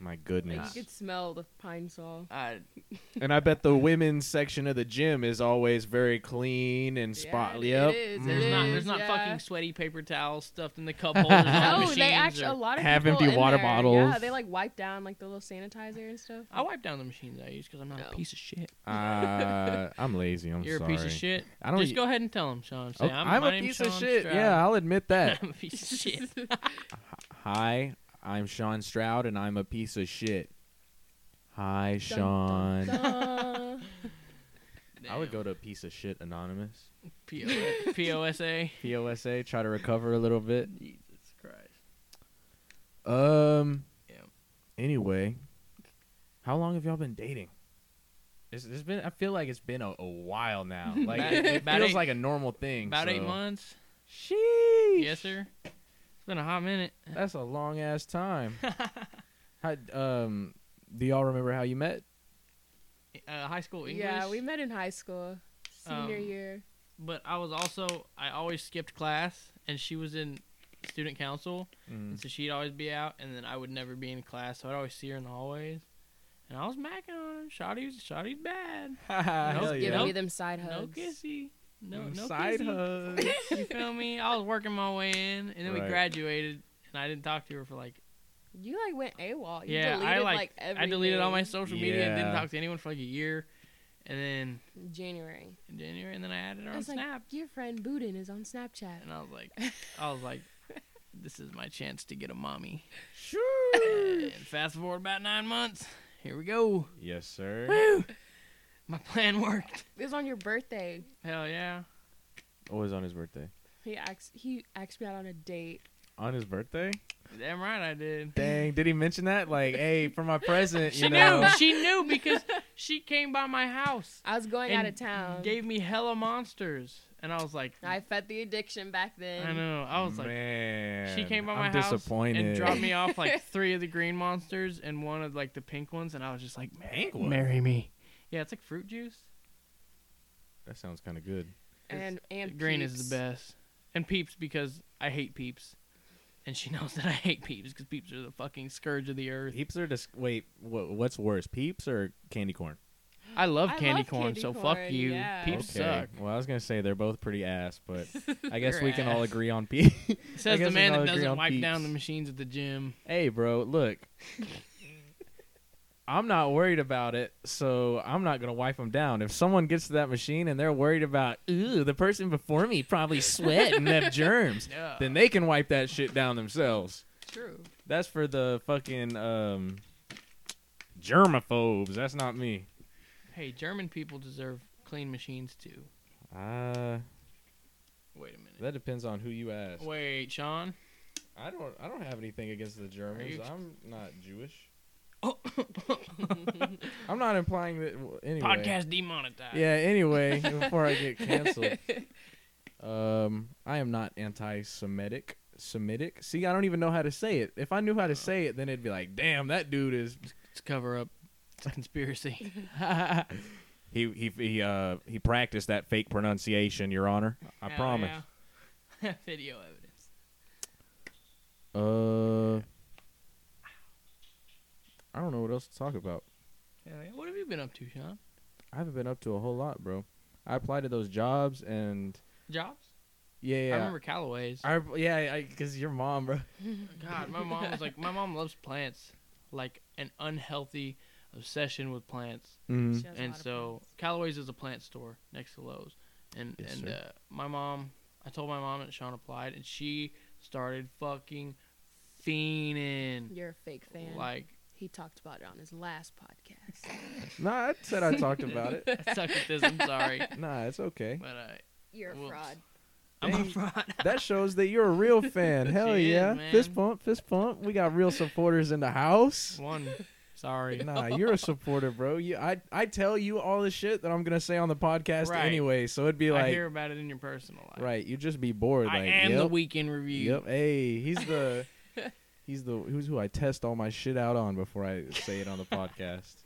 Speaker 1: My
Speaker 2: Like
Speaker 1: goodness.
Speaker 2: you could smell the pine saw.
Speaker 3: I,
Speaker 1: And I bet the women's section of the gym is always very clean and
Speaker 2: Yeah,
Speaker 1: spotless.
Speaker 2: it is, it
Speaker 3: there's not there's
Speaker 2: is,
Speaker 3: not
Speaker 2: yeah.
Speaker 3: fucking sweaty paper towels stuffed in the cup holders. on the
Speaker 2: No,
Speaker 3: machines
Speaker 2: they actually
Speaker 3: or-
Speaker 2: a lot of
Speaker 1: have
Speaker 2: people
Speaker 1: empty
Speaker 2: in
Speaker 1: water
Speaker 2: there, Yeah,
Speaker 1: bottles.
Speaker 2: they like wipe down like the little sanitizer and stuff.
Speaker 3: I wipe down the machines I use because I'm not
Speaker 2: No.
Speaker 3: a piece of shit.
Speaker 1: Uh, I'm lazy. I'm
Speaker 3: You're
Speaker 1: sorry.
Speaker 3: a piece of shit.
Speaker 1: I don't.
Speaker 3: Just go ahead and tell them, Sean. Say,
Speaker 1: Okay,
Speaker 3: I'm,
Speaker 1: I'm
Speaker 3: my
Speaker 1: a
Speaker 3: name's
Speaker 1: piece of
Speaker 3: Sean
Speaker 1: shit.
Speaker 3: Stroud.
Speaker 1: Yeah, I'll admit that.
Speaker 3: I'm a piece of shit.
Speaker 1: Hi, I'm Sean Stroud, and I'm a piece of shit. Hi,
Speaker 2: Dun,
Speaker 1: Sean.
Speaker 2: dun, dun.
Speaker 1: I would go to piece of shit anonymous.
Speaker 3: P-O- POSA.
Speaker 1: POSA. Try to recover a little bit.
Speaker 3: Jesus Christ.
Speaker 1: Um.
Speaker 3: Yeah.
Speaker 1: Anyway, how long have y'all been dating? It's, it's been. I feel like it's been a, a while now. Like
Speaker 3: About-
Speaker 1: it, it
Speaker 3: about
Speaker 1: feels
Speaker 3: eight-
Speaker 1: like a normal thing.
Speaker 3: About eight
Speaker 1: so-
Speaker 3: months.
Speaker 1: Sheesh.
Speaker 3: Yes, sir. It's been a hot minute.
Speaker 1: That's a long ass time. how, um. Do y'all remember how you met?
Speaker 3: Uh, high school English.
Speaker 2: yeah, we met in high school, senior
Speaker 3: Um,
Speaker 2: year.
Speaker 3: But I was also I always skipped class, and she was in student council.
Speaker 1: Mm.
Speaker 3: And so she'd always be out, and then I would never be in class, so I'd always see her in the hallways. And I was macking on her. Shotty was Shotty's bad.
Speaker 1: Hell
Speaker 3: Nope.
Speaker 2: Giving
Speaker 1: yeah.
Speaker 2: me them side hugs.
Speaker 3: No kissy. No,
Speaker 1: Mm,
Speaker 3: no
Speaker 1: Side
Speaker 3: kissy.
Speaker 1: hug.
Speaker 3: You feel me? I was working my way in, and then we
Speaker 1: Right.
Speaker 3: graduated, and I didn't talk to her for like.
Speaker 2: You like went AWOL. You
Speaker 3: yeah,
Speaker 2: deleted,
Speaker 3: I
Speaker 2: like,
Speaker 3: like. I deleted all my
Speaker 2: everything.
Speaker 3: social media and didn't
Speaker 1: Yeah.
Speaker 3: talk to anyone for like a year, and then
Speaker 2: January.
Speaker 3: in January, and then I added her
Speaker 2: I
Speaker 3: on
Speaker 2: was like,
Speaker 3: Snap,
Speaker 2: your friend Budin is on Snapchat.
Speaker 3: and I was like, I was like, this is my chance to get a mommy. And fast forward about nine months, here we go.
Speaker 1: yes, sir.
Speaker 3: Woo! My plan worked.
Speaker 2: It was on your birthday.
Speaker 3: Hell yeah.
Speaker 1: Always Oh, on his birthday.
Speaker 2: He asked he asked me out on a date.
Speaker 1: On his birthday?
Speaker 3: Damn right I did.
Speaker 1: Dang, did he mention that? Like, hey, for my present,
Speaker 3: She
Speaker 1: you
Speaker 3: knew.
Speaker 1: know.
Speaker 3: She knew because she came by my house.
Speaker 2: I was going
Speaker 3: and
Speaker 2: out of town.
Speaker 3: Gave me hella monsters, and I was like,
Speaker 2: I fed the addiction back then.
Speaker 3: I know. I was like,
Speaker 1: Man,
Speaker 3: she came by my
Speaker 1: I'm
Speaker 3: house
Speaker 1: disappointed.
Speaker 3: and dropped me off like three of the green monsters and one of like the pink ones, and I was just like,
Speaker 1: Pink one?
Speaker 3: marry me. Yeah, it's like fruit juice.
Speaker 1: That sounds kind of good.
Speaker 2: And and
Speaker 3: green is
Speaker 2: Peeps.
Speaker 3: the best, and peeps because I hate peeps, and she knows that I hate peeps because peeps are the fucking scourge of the earth.
Speaker 1: Peeps are just wait. What, what's worse, peeps or candy corn?
Speaker 3: I love
Speaker 2: I
Speaker 3: candy
Speaker 2: love
Speaker 3: corn,
Speaker 2: candy
Speaker 3: so
Speaker 2: corn,
Speaker 3: fuck you.
Speaker 2: yeah.
Speaker 3: Peeps
Speaker 1: okay.
Speaker 3: suck.
Speaker 1: Well, I was gonna say they're both pretty ass, but I guess
Speaker 3: They're
Speaker 1: we can all
Speaker 3: ass.
Speaker 1: agree on peeps. guess
Speaker 3: Says the
Speaker 1: we can
Speaker 3: man
Speaker 1: all
Speaker 3: that
Speaker 1: agree
Speaker 3: doesn't
Speaker 1: on
Speaker 3: wipe down the
Speaker 1: Peeps.
Speaker 3: machines at the gym.
Speaker 1: hey, bro, look. I'm not worried about it, so I'm not gonna wipe them down. If someone gets to that machine and they're worried about, ooh, the person before me probably sweat and have germs,
Speaker 3: Yeah.
Speaker 1: then they can wipe that shit down themselves.
Speaker 2: True.
Speaker 1: That's for the fucking um, germaphobes. That's not me.
Speaker 3: Hey, German people deserve clean machines too.
Speaker 1: Uh,
Speaker 3: Wait a minute.
Speaker 1: that depends on who you ask.
Speaker 3: Wait, Sean.
Speaker 1: I don't. I don't have anything against the Germans.
Speaker 3: you-
Speaker 1: I'm not Jewish.
Speaker 3: Oh.
Speaker 1: I'm not implying that anyway.
Speaker 3: Podcast demonetized.
Speaker 1: Yeah. Anyway, before I get canceled, um, I am not anti-Semitic. Semitic. See, I don't even know how to say it. If I knew how to say it, then it'd be like, damn, that dude is.
Speaker 3: It's a cover up. It's a conspiracy.
Speaker 1: He he he uh he practiced that fake pronunciation, Your Honor. I
Speaker 3: Yeah,
Speaker 1: promise.
Speaker 3: yeah. Video evidence.
Speaker 1: Uh, I don't know what else to talk about.
Speaker 3: Yeah, yeah. What have you been up to, Sean?
Speaker 1: I haven't been up to a whole lot, bro. I applied to those jobs and
Speaker 3: Jobs?
Speaker 1: yeah, yeah,
Speaker 3: I remember Callaway's.
Speaker 1: I rem- yeah, because your mom, bro.
Speaker 3: God, my mom was like, my mom loves plants, like an unhealthy obsession with plants.
Speaker 1: Mm-hmm.
Speaker 2: She has a
Speaker 3: Mm. and
Speaker 2: lot of
Speaker 3: so Callaway's is a plant store next to Lowe's, and
Speaker 1: Yes,
Speaker 3: and
Speaker 1: sir.
Speaker 3: uh, my mom, I told my mom and Sean applied, and she started fucking
Speaker 2: friends.
Speaker 3: fiending,
Speaker 2: You're a fake fan.
Speaker 3: like
Speaker 2: he talked about it on his last podcast.
Speaker 1: Nah, I said I talked about it.
Speaker 3: I suck at this. I'm sorry,
Speaker 1: Nah, it's okay.
Speaker 3: but uh,
Speaker 2: You're a
Speaker 3: Whoops.
Speaker 2: fraud.
Speaker 3: I'm a
Speaker 1: Dang.
Speaker 3: fraud.
Speaker 1: That shows that you're a real fan.
Speaker 3: She
Speaker 1: Hell
Speaker 3: is,
Speaker 1: yeah!
Speaker 3: man.
Speaker 1: fist pump, fist pump. We got real supporters in the house.
Speaker 3: One, sorry.
Speaker 1: Nah, you're a supporter, bro. You, I, I tell you all the shit that I'm gonna say on the podcast
Speaker 3: Right.
Speaker 1: anyway. So it'd be
Speaker 3: I
Speaker 1: like,
Speaker 3: hear about it in your personal life.
Speaker 1: right? You just be bored.
Speaker 3: I
Speaker 1: like,
Speaker 3: am
Speaker 1: yep,
Speaker 3: the weekend review.
Speaker 1: Yep. Hey, he's the, he's the who's who I test all my shit out on before I say it on the podcast.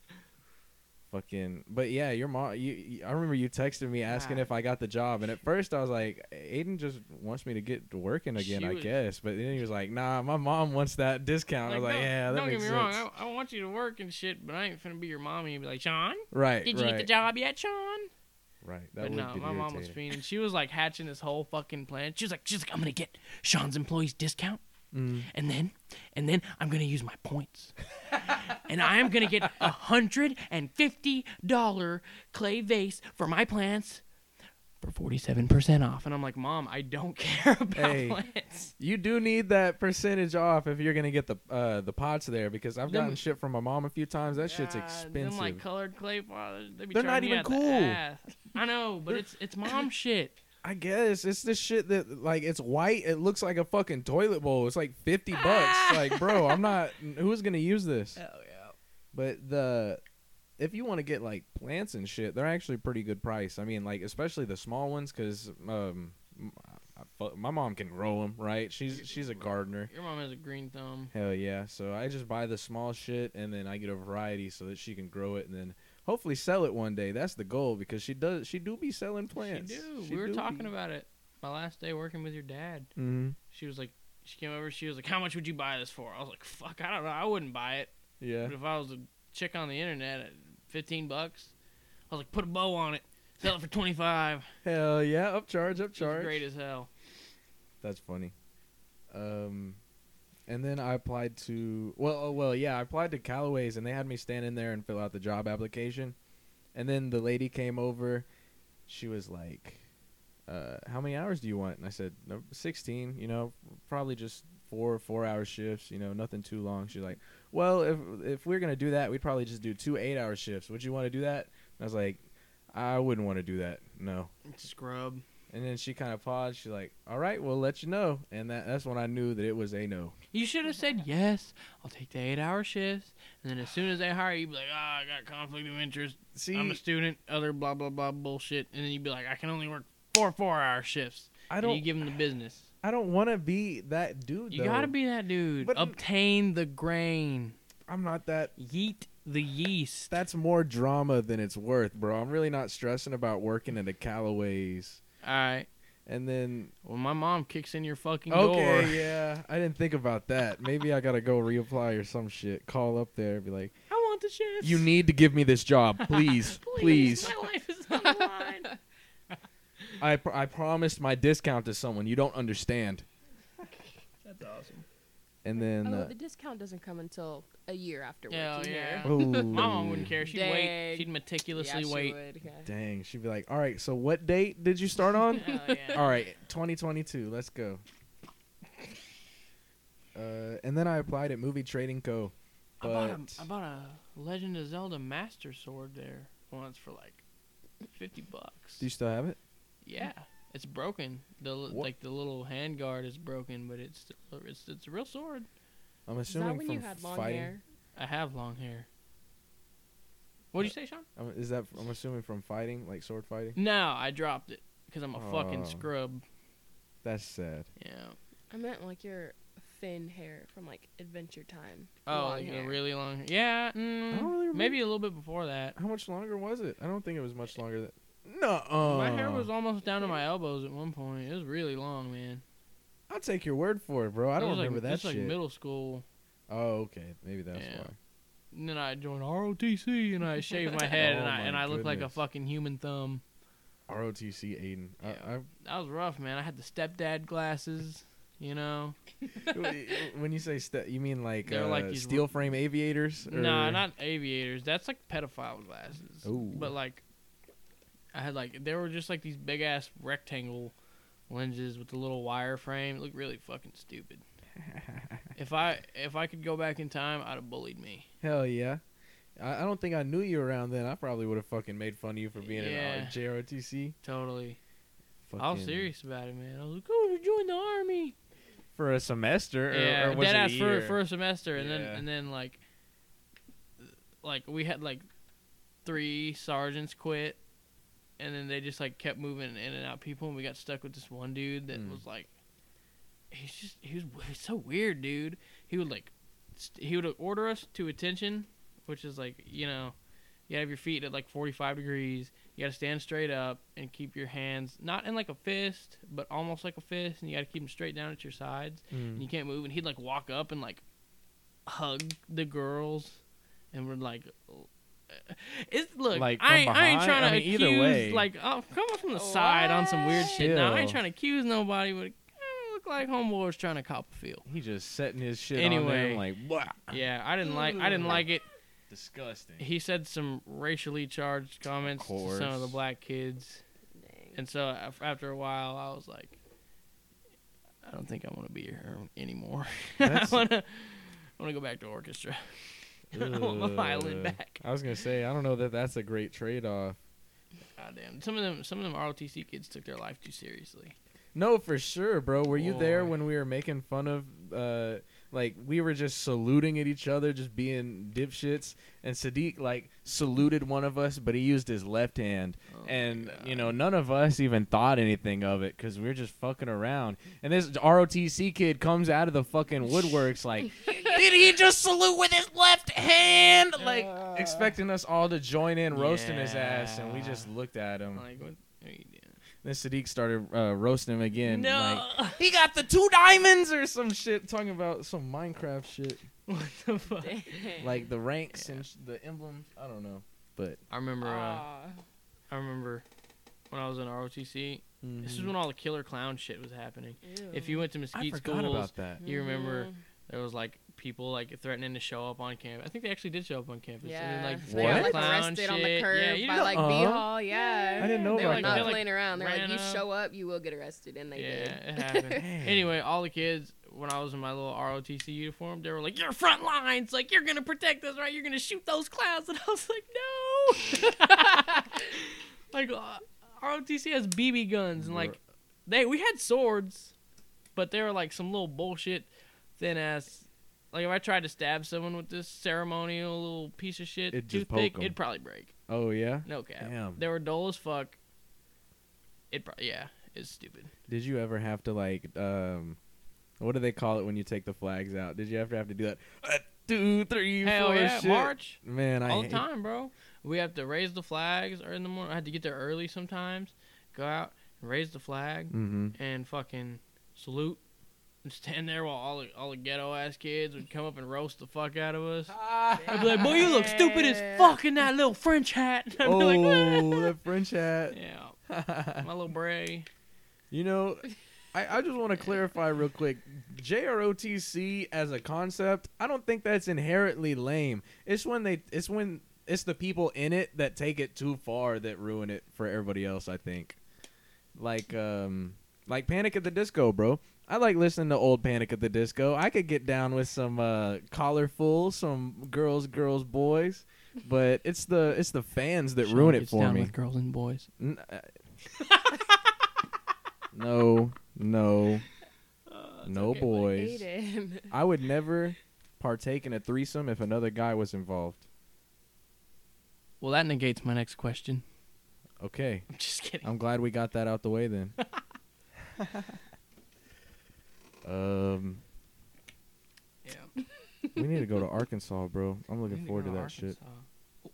Speaker 1: Fucking, but yeah, your mom. You, you- I remember you texted me asking
Speaker 3: God.
Speaker 1: if I got the job, and at first I was like, Aiden just wants me to get to working again,
Speaker 3: She
Speaker 1: I
Speaker 3: was-
Speaker 1: guess. But then he was like, Nah, my mom wants that discount. I was like,
Speaker 3: don't,
Speaker 1: Yeah, that
Speaker 3: don't
Speaker 1: makes
Speaker 3: get me
Speaker 1: sense.
Speaker 3: wrong. I, I want you to work and shit, but I ain't finna be your mommy and be like, Sean,
Speaker 1: right.
Speaker 3: did you
Speaker 1: right,
Speaker 3: get the job yet, Sean?
Speaker 1: Right. That
Speaker 3: but
Speaker 1: would
Speaker 3: no,
Speaker 1: get
Speaker 3: my mom was
Speaker 1: irritating.
Speaker 3: fiending. She was like hatching this whole fucking plan. She was like, she's like, I'm gonna get Sean's employees discount,
Speaker 1: Mm.
Speaker 3: and then, and then I'm gonna use my points, and I am gonna get a hundred and fifty dollar clay vase for my plants for forty seven percent off. And I'm like, Mom, I don't care about
Speaker 1: Hey.
Speaker 3: plants.
Speaker 1: You do need that percentage off if you're gonna get the uh, the pots there because I've
Speaker 3: Them-
Speaker 1: gotten shit from my mom a few times. That shit's
Speaker 3: God,
Speaker 1: expensive.
Speaker 3: Them like colored clay fathers, they be
Speaker 1: They're not
Speaker 3: charging
Speaker 1: even
Speaker 3: you out the
Speaker 1: cool.
Speaker 3: ass. I know, but it's it's mom shit.
Speaker 1: I guess it's this shit that like it's white. It looks like a fucking toilet bowl. It's like fifty bucks. like, bro, I'm not. Who's gonna use this?
Speaker 3: Hell yeah.
Speaker 1: But the if you want to get like plants and shit, they're actually pretty good price. I mean, like especially the small ones because um, I, I fu- my mom can grow them. Right? She's she's a gardener.
Speaker 3: Your mom has a green thumb.
Speaker 1: Hell yeah! So I just buy the small shit and then I get a variety so that she can grow it and then hopefully sell it one day. That's the goal because she does. She do be selling plants.
Speaker 3: She do.
Speaker 1: She
Speaker 3: we were
Speaker 1: do
Speaker 3: talking
Speaker 1: be-
Speaker 3: about it my last day working with your dad.
Speaker 1: Mhm.
Speaker 3: She was like, she came over. She was like, "How much would you buy this for?" I was like, "Fuck, I don't know. I wouldn't buy it.
Speaker 1: Yeah.
Speaker 3: But if I was a chick on the internet at fifteen bucks, I was like, put a bow on it, sell it for twenty five.
Speaker 1: Hell yeah! Upcharge, upcharge.
Speaker 3: Great as hell.
Speaker 1: That's funny. Um, and then I applied to well, oh, well, yeah, I applied to Callaway's, and they had me stand in there and fill out the job application. And then the lady came over. She was like, uh, "How many hours do you want?" And I said, no, "16." You know, probably just four four-hour shifts. You know, nothing too long. She's like, "Well, if if we're gonna do that, we'd probably just do two eight-hour shifts. Would you want to do that?" And I was like, "I wouldn't want to do that. No."
Speaker 3: It's a scrub.
Speaker 1: And then she kind of paused. She's like, "All right, we'll let you know." And that, that's when I knew that it was a no.
Speaker 3: You should have said yes. I'll take the eight hour shifts, and then as soon as they hire you, you'd be like, "Ah, I got conflict of interest.
Speaker 1: See,
Speaker 3: I'm a student. Other blah blah blah bullshit." And then you'd be like, "I can only work four four hour shifts."
Speaker 1: I
Speaker 3: And
Speaker 1: don't,
Speaker 3: You give them the business.
Speaker 1: I don't want to be that dude.
Speaker 3: You
Speaker 1: though.
Speaker 3: gotta be that dude.
Speaker 1: But-
Speaker 3: Obtain the grain.
Speaker 1: I'm not that.
Speaker 3: Yeet the yeast.
Speaker 1: That's more drama than it's worth, bro. I'm really not stressing about working at a Callaway's.
Speaker 3: All right.
Speaker 1: And then,
Speaker 3: Well, my mom kicks in your fucking
Speaker 1: okay,
Speaker 3: door.
Speaker 1: yeah, I didn't think about that. Maybe I gotta go reapply or some shit. Call up there, and be like,
Speaker 3: I want the shifts.
Speaker 1: "You need to give me this job, please, please."
Speaker 3: My life is on the line.
Speaker 1: I pr- I promised my discount to someone. You don't understand.
Speaker 3: That's awesome.
Speaker 1: And then,
Speaker 2: oh,
Speaker 1: uh,
Speaker 2: the discount doesn't come until a year afterwards.
Speaker 3: Hell
Speaker 2: you know?
Speaker 3: yeah.
Speaker 1: ooh.
Speaker 3: My mom wouldn't care. She'd wait.
Speaker 2: Dang.
Speaker 3: She'd meticulously
Speaker 2: Yeah, she
Speaker 3: wait.
Speaker 2: would, yeah.
Speaker 1: Dang, she'd be like, "All right, so what date did you start on?"
Speaker 3: Hell yeah.
Speaker 1: All right, 2022. Let's go. Uh, and then I applied at Movie Trading Co.
Speaker 3: I, bought a,
Speaker 1: But-
Speaker 3: I bought a Legend of Zelda Master Sword there once for like fifty bucks.
Speaker 1: Do you still have it?
Speaker 3: Yeah, it's broken. The li-
Speaker 1: What?
Speaker 3: like the little hand guard is broken, but it's still, it's it's a real sword.
Speaker 1: I'm
Speaker 2: Is that
Speaker 1: assuming
Speaker 2: when
Speaker 1: from
Speaker 2: you had long
Speaker 1: fighting.
Speaker 2: hair?
Speaker 3: I have long hair. What did you say, Sean?
Speaker 1: I'm- Is that I'm assuming from fighting, like sword fighting?
Speaker 3: No, I dropped it because I'm a
Speaker 1: Oh.
Speaker 3: fucking scrub.
Speaker 1: That's sad.
Speaker 3: Yeah.
Speaker 2: I meant like your thin hair from like Adventure Time.
Speaker 3: Oh,
Speaker 2: Long
Speaker 3: like a
Speaker 2: hair.
Speaker 3: really long. Yeah. Mm,
Speaker 1: don't really
Speaker 3: maybe a little bit before that.
Speaker 1: How much longer was it? I don't think it was much longer. That no. uh,
Speaker 3: my hair
Speaker 1: Oh.
Speaker 3: was almost down to my elbows at one point. It was really long, man.
Speaker 1: I'll take your word for it, bro. I
Speaker 3: It
Speaker 1: don't
Speaker 3: was
Speaker 1: remember
Speaker 3: like, it
Speaker 1: that
Speaker 3: was
Speaker 1: shit.
Speaker 3: like middle school.
Speaker 1: Oh, okay. Maybe that's
Speaker 3: Yeah.
Speaker 1: why.
Speaker 3: And then I joined ROTC and I shaved my head
Speaker 1: Oh
Speaker 3: and I
Speaker 1: my
Speaker 3: and I looked like a
Speaker 1: goodness.
Speaker 3: fucking human thumb.
Speaker 1: ROTC Aiden.
Speaker 3: Yeah. That was rough, man. I had the stepdad glasses. You know,
Speaker 1: I, I, when you say ste you mean like,
Speaker 3: They're
Speaker 1: uh,
Speaker 3: like these-
Speaker 1: steel frame aviators? Or...
Speaker 3: nah, not aviators. That's like pedophile glasses.
Speaker 1: Ooh.
Speaker 3: But like, I had like they were just like these big ass rectangle lenses with the little wire frame. It looked really fucking stupid. if I if I could go back in time, I'd have bullied me.
Speaker 1: Hell yeah. I, I don't think I knew you around then. I probably would have fucking made fun of you for being an
Speaker 3: Yeah.
Speaker 1: R- JROTC.
Speaker 3: Totally.
Speaker 1: Fucking,
Speaker 3: I was serious about it, man. I was like, oh, you joined the army.
Speaker 1: For a semester? Or,
Speaker 3: yeah,
Speaker 1: or was
Speaker 3: dead
Speaker 1: it a
Speaker 3: ass for,
Speaker 1: year?
Speaker 3: for a semester, and then
Speaker 1: Yeah.
Speaker 3: and then like, like we had like three sergeants quit, and then they just like kept moving in and out people, and we got stuck with this one dude that
Speaker 1: Mm.
Speaker 3: was like, he's just he was he's so weird, dude. He would like, st- he would order us to attention, which is like you know, you have your feet at like forty five degrees. You got to stand straight up and keep your hands not in like a fist, but almost like a fist, and you got to keep them straight down at your sides and
Speaker 1: Mm.
Speaker 3: you can't move. And he'd like walk up and like hug the girls, and we're like, uh, it's look,
Speaker 1: Like,
Speaker 3: I,
Speaker 1: from
Speaker 3: ain't- I ain't
Speaker 1: behind?
Speaker 3: trying to
Speaker 1: I mean, either
Speaker 3: accuse
Speaker 1: way.
Speaker 3: like oh come from the side on some weird shit. No, I ain't
Speaker 1: Chill.
Speaker 3: trying to accuse nobody, but it kinda look like homeboys trying to cop a feel.
Speaker 1: He just setting his shit on there
Speaker 3: Anyway.
Speaker 1: and like, blah.
Speaker 3: Yeah, I didn't like I didn't like it.
Speaker 1: Disgusting.
Speaker 3: He said some racially charged comments to some of the
Speaker 1: course.
Speaker 3: black kids,
Speaker 2: Dang.
Speaker 3: and so af- after a while, I was like. I don't think I want to be here anymore. I
Speaker 1: That's-
Speaker 3: want to, I want to go back to orchestra. I want my violin
Speaker 1: Ugh.
Speaker 3: back.
Speaker 1: I was gonna say I don't know that that's a great trade off.
Speaker 3: Goddamn, some of them, some of them ROTC kids took their life too seriously.
Speaker 1: No, for sure, bro. Were you there
Speaker 3: Boy.
Speaker 1: when we were making fun of, uh, like we were just saluting at each other, just being dipshits? And Sadiq like saluted one of us, but he used his left hand,
Speaker 3: Oh my
Speaker 1: and
Speaker 3: God.
Speaker 1: you know none of us even thought anything of it because we were just fucking around. And this ROTC kid comes out of the fucking woodworks like, did he just salute with his left hand? Like expecting us all to join in roasting his ass, and we just
Speaker 3: Yeah.
Speaker 1: looked at him.
Speaker 3: like what are you doing?
Speaker 1: Then Sadiq started uh, roasting him again.
Speaker 3: no,
Speaker 1: like, he got the two diamonds or some shit, talking about some Minecraft shit,
Speaker 3: what the fuck?
Speaker 2: Dang.
Speaker 1: like the ranks and sh- the emblems. I don't know, but
Speaker 3: I remember, uh,
Speaker 2: Aw.
Speaker 3: I remember when I was in ROTC. This is when all the killer clown shit was happening. If you
Speaker 2: Ew.
Speaker 3: went to
Speaker 1: Mm-hmm. I
Speaker 3: Mesquite
Speaker 1: forgot
Speaker 3: schools,
Speaker 1: about that.
Speaker 3: you remember
Speaker 2: Mhm.
Speaker 3: there was like people like threatening to show up on campus. I think they actually did show up on campus. And then,
Speaker 2: Yeah.
Speaker 3: like
Speaker 2: They got,
Speaker 1: What?
Speaker 2: like,
Speaker 3: clown
Speaker 2: arrested
Speaker 3: shit.
Speaker 2: on the curb
Speaker 3: yeah, you
Speaker 2: by
Speaker 3: didn't-
Speaker 2: like
Speaker 1: Uh-huh.
Speaker 2: B Hall. Yeah.
Speaker 1: I didn't know
Speaker 2: They
Speaker 1: about that.
Speaker 2: were not
Speaker 1: They, like,
Speaker 2: playing around. They're like,
Speaker 3: ran
Speaker 2: you
Speaker 3: up.
Speaker 2: show up, you will get arrested, and they
Speaker 3: yeah,
Speaker 2: did.
Speaker 3: it happened.
Speaker 1: Dang.
Speaker 3: Anyway, all the kids, when I was in my little ROTC uniform, they were like, "You're front lines, like you're gonna protect us, right? You're gonna shoot those clowns," and I was like, "No!" like uh, ROTC has BB guns, and like they we had swords, but they were like some little bullshit thin ass. Like if I tried to stab someone with this ceremonial little piece of shit
Speaker 1: It'd just
Speaker 3: toothpick,
Speaker 1: poke 'em.
Speaker 3: it'd probably break.
Speaker 1: oh yeah,
Speaker 3: No cap.
Speaker 1: Damn.
Speaker 3: They were dull as fuck. It pro- yeah, it's stupid.
Speaker 1: did you ever have to like, um, what do they call it when you take the flags out? Did you ever have to do that? Uh, two, three,
Speaker 3: Hell
Speaker 1: four,
Speaker 3: yeah,
Speaker 1: shit.
Speaker 3: March.
Speaker 1: Man, I
Speaker 3: all the
Speaker 1: hate-
Speaker 3: time, bro. We have to raise the flags or in the morning. I had to get there early sometimes. Go out and raise the flag
Speaker 1: Mhm.
Speaker 3: and fucking salute and stand there while all the, all the ghetto ass kids would come up and roast the fuck out of us. I'd be like, "Boy, you look stupid as fuck in that little French hat." I'd
Speaker 1: Oh,
Speaker 3: be like,
Speaker 1: the French hat.
Speaker 3: "Yeah, my little bray."
Speaker 1: You know, I, I just want to clarify real quick. JROTC as a concept, I don't think that's inherently lame. It's when they it's when it's the people in it that take it too far that ruin it for everybody else, I think. Like um like Panic at the Disco, bro. I like listening to old Panic at the Disco. I could get down with some uh colorful, some girls, girls, boys, but it's the it's the fans that ruin it for me.
Speaker 3: girls and boys.
Speaker 1: N- uh, no, no, no
Speaker 3: Oh, okay, buddy.
Speaker 1: boys.
Speaker 2: Aiden.
Speaker 1: I would never partake in a threesome if another guy was involved.
Speaker 3: Well, that negates my next question.
Speaker 1: Okay,
Speaker 3: I'm just kidding.
Speaker 1: I'm glad we got that out the way then. um,
Speaker 3: yeah.
Speaker 1: we need to go to Arkansas, bro. I'm
Speaker 3: We need
Speaker 1: looking
Speaker 3: to
Speaker 1: forward to
Speaker 3: go
Speaker 1: that shit.
Speaker 3: Arkansas.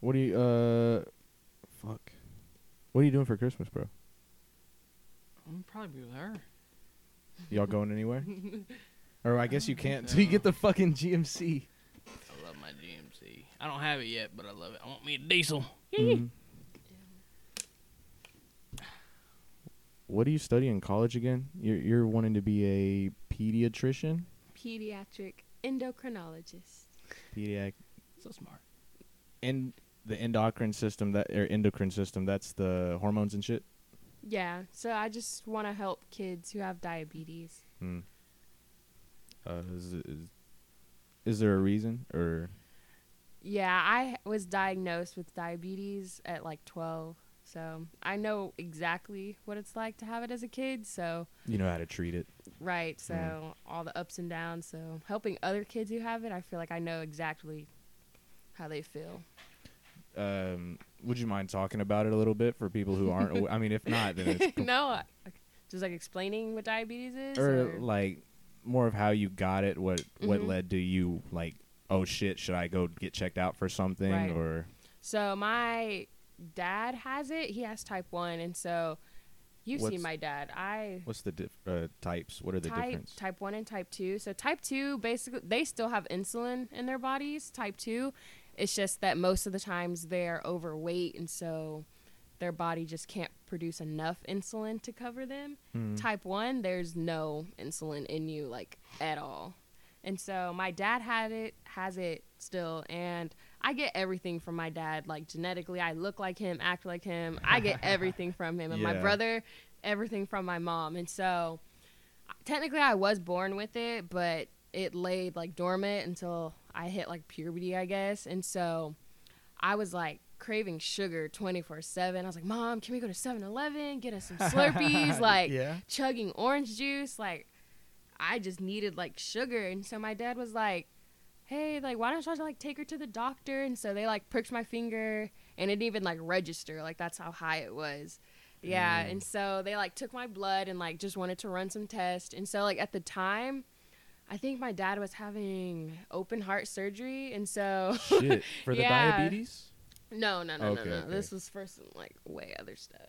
Speaker 1: What do you uh, fuck? What are you doing for Christmas, bro?
Speaker 3: I'm probably with her.
Speaker 1: Y'all going anywhere? or I guess you can't
Speaker 3: so.
Speaker 1: till you get the fucking GMC.
Speaker 3: I love my GMC. I don't have it yet, but I love it. I want me a diesel.
Speaker 1: Mhm. What do you study in college again? You're you're wanting to be a pediatrician,
Speaker 2: Pediatric endocrinologist.
Speaker 1: pediatric,
Speaker 3: So smart.
Speaker 1: and the endocrine system that or endocrine system. That's the hormones and shit.
Speaker 2: Yeah, so I just want to help kids who have diabetes.
Speaker 1: Hmm. Uh, is, is is there a reason or
Speaker 2: Yeah, I was diagnosed with diabetes at like 12, so I know exactly what it's like to have it as a kid, so
Speaker 1: you know how to treat it?
Speaker 2: right, so all the ups and downs, so helping other kids who have it, I feel like I know exactly how they feel.
Speaker 1: Um, would you mind talking about it a little bit for people who aren't? aw- I mean, if not, then it's
Speaker 2: no, I- just like explaining what diabetes is
Speaker 1: or
Speaker 2: or-
Speaker 1: like more of how you got it what what
Speaker 2: Mhm.
Speaker 1: led to you like oh shit should i go get checked out for something
Speaker 2: Right.
Speaker 1: or
Speaker 2: So my dad has it. He has type 1 and so you've seen
Speaker 1: What's-
Speaker 2: my dad. I
Speaker 1: what's the diff- uh, types what are the
Speaker 2: type
Speaker 1: difference
Speaker 2: type 1 and type 2 so type 2 basically they still have insulin in their bodies type 2 it's just that most of the times they're overweight and so their body just can't produce enough insulin to cover them
Speaker 1: Hmm.
Speaker 2: type 1 there's no insulin in you like at all and so my dad had it has it still and i get everything from my dad like genetically i look like him act like him i get everything from him and my
Speaker 1: Yeah.
Speaker 2: brother everything from my mom and so technically I was born with it, but it laid like dormant until I hit like puberty, I guess. And so I was like craving sugar 24/7. I was like, "Mom, can we go to 7-Eleven, get us some Slurpees?" like
Speaker 1: yeah
Speaker 2: chugging orange juice, like I just needed like sugar. And so my dad was like, "Hey, like why don't you like take her to the doctor?" And so they like pricked my finger and it didn't even like register. Like that's how high it was.
Speaker 1: Mm.
Speaker 2: Yeah, and so they like took my blood and like just wanted to run some tests. And so like at the time, I think my dad was having open heart surgery, and so
Speaker 1: shit for the
Speaker 2: Yeah.
Speaker 1: diabetes
Speaker 2: no, no, no,
Speaker 1: Okay,
Speaker 2: no, no.
Speaker 1: okay.
Speaker 2: This was for some like way other stuff.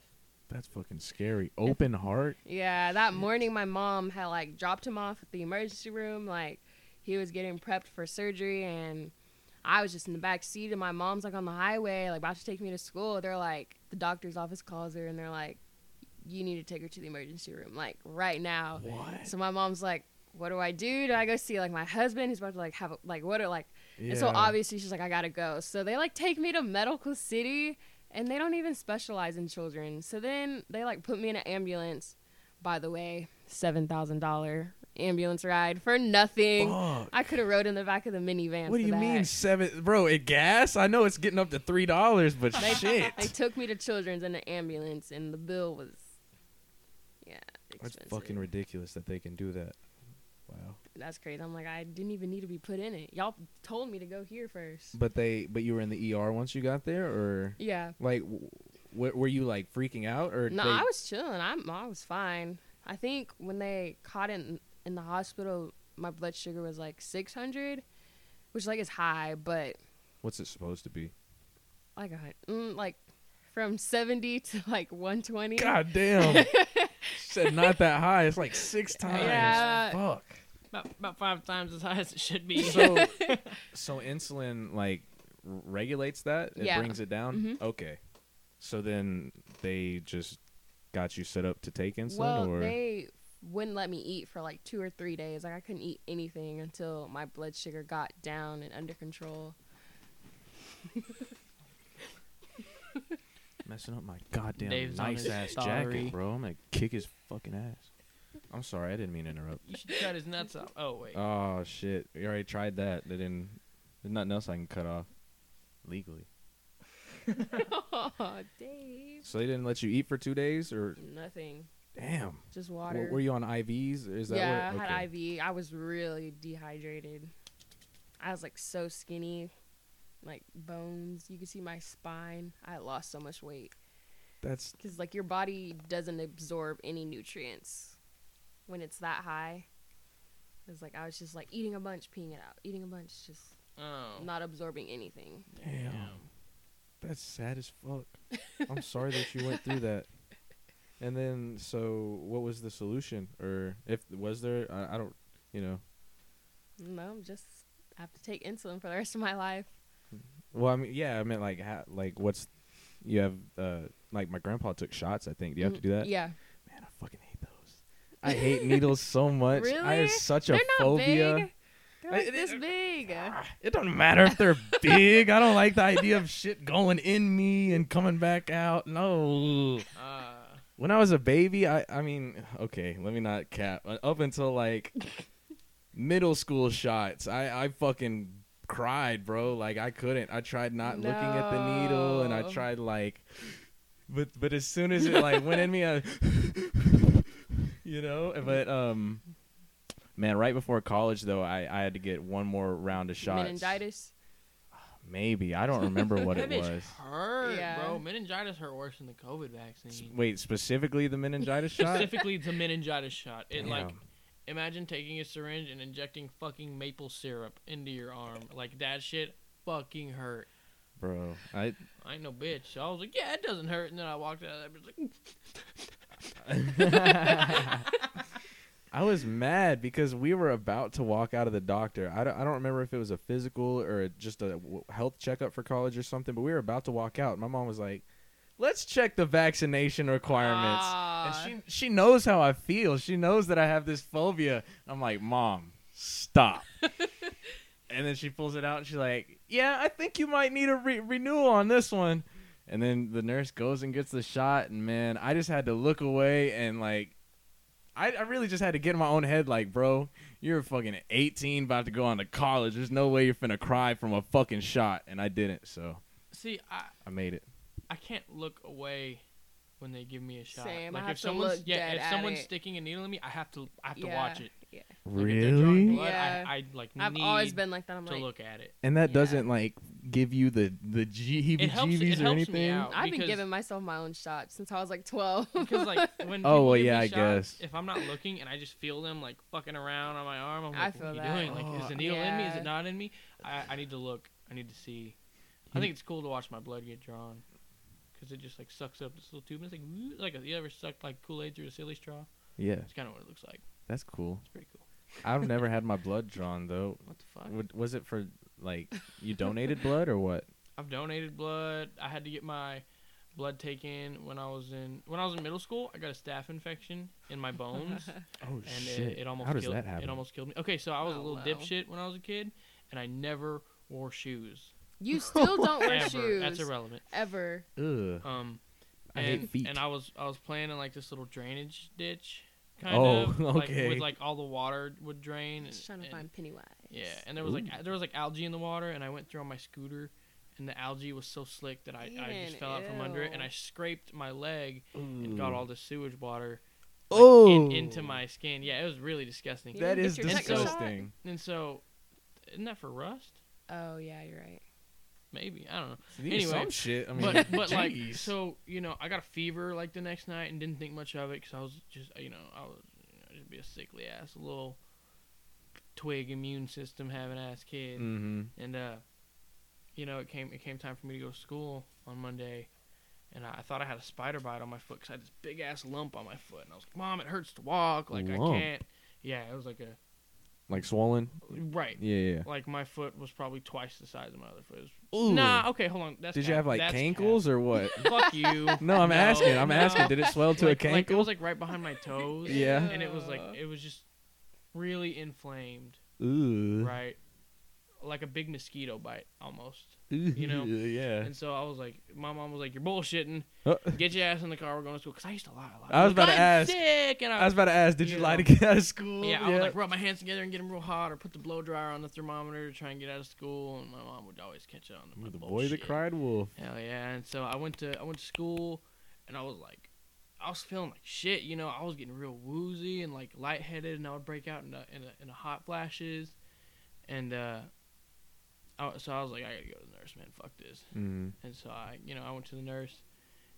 Speaker 1: that's fucking scary open heart
Speaker 2: Yeah, that morning my mom had like dropped him off at the emergency room, like he was getting prepped for surgery and I was just in the back seat and my mom's like on the highway, like about to take me to school. They're like the doctor's office calls her and they're like, You need to take her to the emergency room, like right now.
Speaker 3: What?
Speaker 2: So my mom's like, What do I do? Do I go see like my husband who's about to like have a, like what are like
Speaker 1: yeah.
Speaker 2: and so obviously she's like, I gotta go. So they like take me to Medical City and they don't even specialize in children. So then they like put me in an ambulance. By the way, seven thousand dollar ambulance ride for nothing.
Speaker 1: Fuck.
Speaker 2: I could have rode in the back of the minivan.
Speaker 1: what do
Speaker 2: for
Speaker 1: you
Speaker 2: that.
Speaker 1: mean seven bro it gas i know it's getting up to three dollars but
Speaker 2: They-
Speaker 1: shit
Speaker 2: They took me to children's in an ambulance and the bill was yeah,
Speaker 1: that's
Speaker 2: expensive.
Speaker 1: fucking ridiculous that they can do that wow
Speaker 2: That's crazy. I'm like, I didn't even need to be put in it. Y'all told me to go here first.
Speaker 1: but they but you were in the er once you got there or
Speaker 2: Yeah.
Speaker 1: like w- w- were you like freaking out or
Speaker 2: No,
Speaker 1: they-
Speaker 2: I was chilling. I'm I was fine. I think when they caught it in, in the hospital, my blood sugar was like 600, which like is high, but
Speaker 1: what's it supposed to be
Speaker 2: like a hun- mm, like from 70 to like 120.
Speaker 1: God damn. said not that high. It's like six times.
Speaker 2: Yeah.
Speaker 1: Fuck.
Speaker 3: About, about five times as high as it should be.
Speaker 1: So, so insulin like r- regulates that. It
Speaker 2: Yeah.
Speaker 1: brings it down.
Speaker 2: Mhm.
Speaker 1: Okay. So then they just got you set up to take insulin,
Speaker 2: well,
Speaker 1: or
Speaker 2: they wouldn't let me eat for like two or three days. Like I couldn't eat anything until my blood sugar got down and under control.
Speaker 1: messing up my goddamn
Speaker 3: Dave's on
Speaker 1: nice
Speaker 3: his
Speaker 1: ass
Speaker 3: story.
Speaker 1: jacket, bro. I'm gonna kick his fucking ass. I'm sorry, I didn't mean to interrupt.
Speaker 3: you should cut his nuts off. Oh wait.
Speaker 1: Oh shit! We already tried that. They didn't. There's nothing else I can cut off legally.
Speaker 2: oh, Dave.
Speaker 1: So they didn't let you eat for two days, or
Speaker 2: Nothing.
Speaker 1: damn.
Speaker 2: Just
Speaker 1: Wh-
Speaker 2: water.
Speaker 1: Were you on IVs? Is that
Speaker 2: yeah,
Speaker 1: what?
Speaker 2: I had IV. I was really dehydrated. I was like so skinny. like bones. You could see my spine. I lost so much weight
Speaker 1: That's
Speaker 2: because like your body doesn't absorb any nutrients when it's that high. It's like I was just like eating a bunch, peeing it out, eating a bunch, just
Speaker 3: Oh.
Speaker 2: not absorbing anything.
Speaker 1: damn. That's sad as fuck. I'm sorry that you went through that. And then, so what was the solution, or if was there? I, I don't, you know.
Speaker 2: No, I'm just I have to take insulin for the rest of my life.
Speaker 1: Well, I mean, yeah, I meant like, ha- like what's you have? uh Like my grandpa took shots. I think. Do you have to do that?
Speaker 2: Mm, Yeah,
Speaker 1: Man, I fucking hate those. I hate needles so much. I
Speaker 2: Really?
Speaker 1: have such
Speaker 2: they're
Speaker 1: a
Speaker 2: not
Speaker 1: phobia.
Speaker 2: big. They're
Speaker 1: I-
Speaker 2: like
Speaker 1: it-
Speaker 2: this big.
Speaker 1: It doesn't matter if they're big. I don't like the idea of shit going in me and coming back out. No.
Speaker 3: Uh,
Speaker 1: When I was a baby, I I mean, okay, let me not cap. Uh, Up until like middle school shots, I I fucking cried, bro. Like I couldn't. I tried not looking at the needle and I
Speaker 2: No.
Speaker 1: tried like but but as soon as it like went in me, I you know, but um man, right before college though, I I had to get one more round of shots.
Speaker 2: Meningitis.
Speaker 1: Maybe. I don't remember what it
Speaker 3: that bitch
Speaker 1: was.
Speaker 3: hurt,
Speaker 2: Yeah.
Speaker 3: bro. Meningitis hurt worse than the COVID
Speaker 1: S-
Speaker 3: vaccine.
Speaker 1: Wait, specifically the meningitis shot?
Speaker 3: Specifically, the meningitis shot. It like,
Speaker 1: Damn.
Speaker 3: imagine taking a syringe and injecting fucking maple syrup into your arm. Like that shit fucking hurt.
Speaker 1: Bro, I
Speaker 3: I ain't no bitch. So I was like, yeah, it doesn't hurt. And then I walked out of that bitch like,
Speaker 1: I was mad because we were about to walk out of the doctor. I don't, I don't remember if it was a physical or just a w- health checkup for college or something, but we were about to walk out. My mom was like, "Let's check the vaccination requirements."
Speaker 2: Ah.
Speaker 1: and she she knows how I feel. She knows that I have this phobia. I'm like, "Mom, stop." and then she pulls it out and she's like, "Yeah, I think you might need a re- renewal on this one." And then the nurse goes and gets the shot, and man, I just had to look away and like I, I really just had to get in my own head, like, bro, you're fucking 18, about to go on to college. There's no way you're finna cry from a fucking shot, and I didn't, so
Speaker 3: see, I
Speaker 1: I made it.
Speaker 3: I can't look away when they give me a shot.
Speaker 2: Same, I
Speaker 3: Like
Speaker 2: have
Speaker 3: if
Speaker 2: to
Speaker 3: someone's
Speaker 2: look
Speaker 3: yeah,
Speaker 2: dead
Speaker 3: if
Speaker 2: at
Speaker 3: someone's
Speaker 2: it.
Speaker 3: sticking a needle in me, I have to I have to
Speaker 2: Yeah.
Speaker 3: watch it. Like, if they're drawing
Speaker 1: Really?
Speaker 3: blood,
Speaker 2: Yeah.
Speaker 3: I, I like
Speaker 2: I've
Speaker 3: need
Speaker 2: always been like that. I'm
Speaker 3: to
Speaker 2: like,
Speaker 3: look at it.
Speaker 1: And that
Speaker 2: Yeah.
Speaker 1: doesn't like give you the the
Speaker 3: It helps- it
Speaker 1: heebie-jeebies or
Speaker 3: helps
Speaker 1: anything.
Speaker 3: me out.
Speaker 2: I've been
Speaker 3: because-
Speaker 2: giving myself my own shot since I was like 12.
Speaker 3: Because like when
Speaker 1: Oh,
Speaker 3: people
Speaker 1: well,
Speaker 3: give me
Speaker 1: yeah, I
Speaker 3: shots,
Speaker 1: guess.
Speaker 3: if I'm not looking and I just feel them like fucking around on my arm, I'm
Speaker 2: I
Speaker 3: like,
Speaker 2: feel
Speaker 3: what are
Speaker 2: that.
Speaker 3: you doing? Like, is the
Speaker 1: Oh,
Speaker 3: needle in me? Is
Speaker 2: yeah.
Speaker 3: it not in me? I, I need to look. I need to see. I
Speaker 1: You-
Speaker 3: think it's cool to watch my blood get drawn, because it just like sucks up this little tube. And it's like woo, like you ever sucked like Kool Aid through a silly straw?
Speaker 1: Yeah,
Speaker 3: It's kind of what it looks like.
Speaker 1: that's cool.
Speaker 3: It's pretty cool.
Speaker 1: I've never had my blood drawn though.
Speaker 3: What the fuck?
Speaker 1: W- Was it for like you donated blood or what?
Speaker 3: I've donated blood. I had to get my blood taken when I was in when I was in middle school. I got a staph infection in my bones,
Speaker 1: Oh
Speaker 3: and
Speaker 1: shit!
Speaker 3: it, it almost
Speaker 1: how does
Speaker 3: killed,
Speaker 1: that happen?
Speaker 3: It almost killed me. Okay, so I was a
Speaker 2: Oh,
Speaker 3: little
Speaker 2: wow.
Speaker 3: dipshit when I was a kid, and I never wore shoes.
Speaker 2: you still don't wear
Speaker 3: ever.
Speaker 2: shoes.
Speaker 3: That's irrelevant.
Speaker 2: Ever.
Speaker 1: Ugh.
Speaker 3: Um,
Speaker 1: I
Speaker 3: and,
Speaker 1: hate feet.
Speaker 3: And I was I was playing in like this little drainage ditch, kind
Speaker 1: Oh,
Speaker 3: of. Like,
Speaker 1: okay.
Speaker 3: with like all the water would drain.
Speaker 2: Just trying to
Speaker 3: and-
Speaker 2: find Pennywise.
Speaker 3: Yeah, and there was like
Speaker 1: Ooh.
Speaker 3: a- there was like algae in the water, and I went through on my scooter, and the algae was so slick that I, I just
Speaker 2: Man,
Speaker 3: fell out from under it, and
Speaker 2: ew.
Speaker 3: I scraped my leg and got all the sewage water like,
Speaker 1: Mm. oh
Speaker 3: in, into my skin. Yeah, it was really disgusting.
Speaker 2: Yeah.
Speaker 1: That
Speaker 2: You
Speaker 1: is
Speaker 2: didn't
Speaker 3: get your tetanus
Speaker 1: disgusting.
Speaker 3: And so, isn't that for rust?
Speaker 2: Oh, yeah, you're right.
Speaker 3: Maybe I don't know.
Speaker 1: Anyway,
Speaker 3: Anyway,
Speaker 1: some shit. I mean,
Speaker 3: but but like
Speaker 1: jeez.
Speaker 3: so you know I got a fever like the next night and didn't think much of it because I was just you know I was you know, just be a sickly ass little twig immune system having ass kid.
Speaker 1: Mhm.
Speaker 3: and uh, you know it came it came time for me to go to school on Monday, and I, I thought I had a spider bite on my foot because I had this big ass lump on my foot, and I was like, "Mom, it hurts to walk. Like I
Speaker 1: Lump.
Speaker 3: can't." Yeah, it was like a
Speaker 1: like swollen.
Speaker 3: right.
Speaker 1: Yeah, yeah.
Speaker 3: Like my foot was probably twice the size of my other foot. It
Speaker 1: yeah.
Speaker 3: Was, nah, okay, hold on. That's
Speaker 1: Did you
Speaker 3: cap.
Speaker 1: have like
Speaker 3: That's cap.
Speaker 1: cankles or what?
Speaker 3: Fuck you.
Speaker 1: No, I'm asking. I'm
Speaker 3: no.
Speaker 1: asking. Did it swell to
Speaker 3: like,
Speaker 1: a cankle?
Speaker 3: like, it was like right behind my toes.
Speaker 1: Yeah.
Speaker 3: And it was like it was just really inflamed,
Speaker 1: Ooh.
Speaker 3: right? Like a big mosquito bite almost.
Speaker 1: Ooh.
Speaker 3: you know?
Speaker 1: Yeah.
Speaker 3: And so I was like, my mom was like, "You're bullshitting.
Speaker 1: Uh,
Speaker 3: Get your ass in the car. We're going to school." Because I used to lie a lot.
Speaker 1: I was about
Speaker 3: Like,
Speaker 1: to
Speaker 3: "I'm
Speaker 1: ask-
Speaker 3: Sick. And I,
Speaker 1: I was about to ask, did you
Speaker 3: you
Speaker 1: lie to
Speaker 3: know.
Speaker 1: get out of school?
Speaker 3: yeah, I would like rub my hands together and get them real hot, or put the blow dryer on the thermometer to try and get out of school. And my mom would always catch on to my
Speaker 1: You're the boy that
Speaker 3: bullshit.
Speaker 1: cried wolf.
Speaker 3: Hell yeah! And so I went to I went to school, and I was like, I was feeling like shit. You know, I was getting real woozy and like lightheaded, and I would break out in a, in, a, in a hot flashes, and uh, I, so I was like, I gotta go to the nurse, man. Fuck this.
Speaker 1: Mm.
Speaker 3: And so I, you know, I went to the nurse,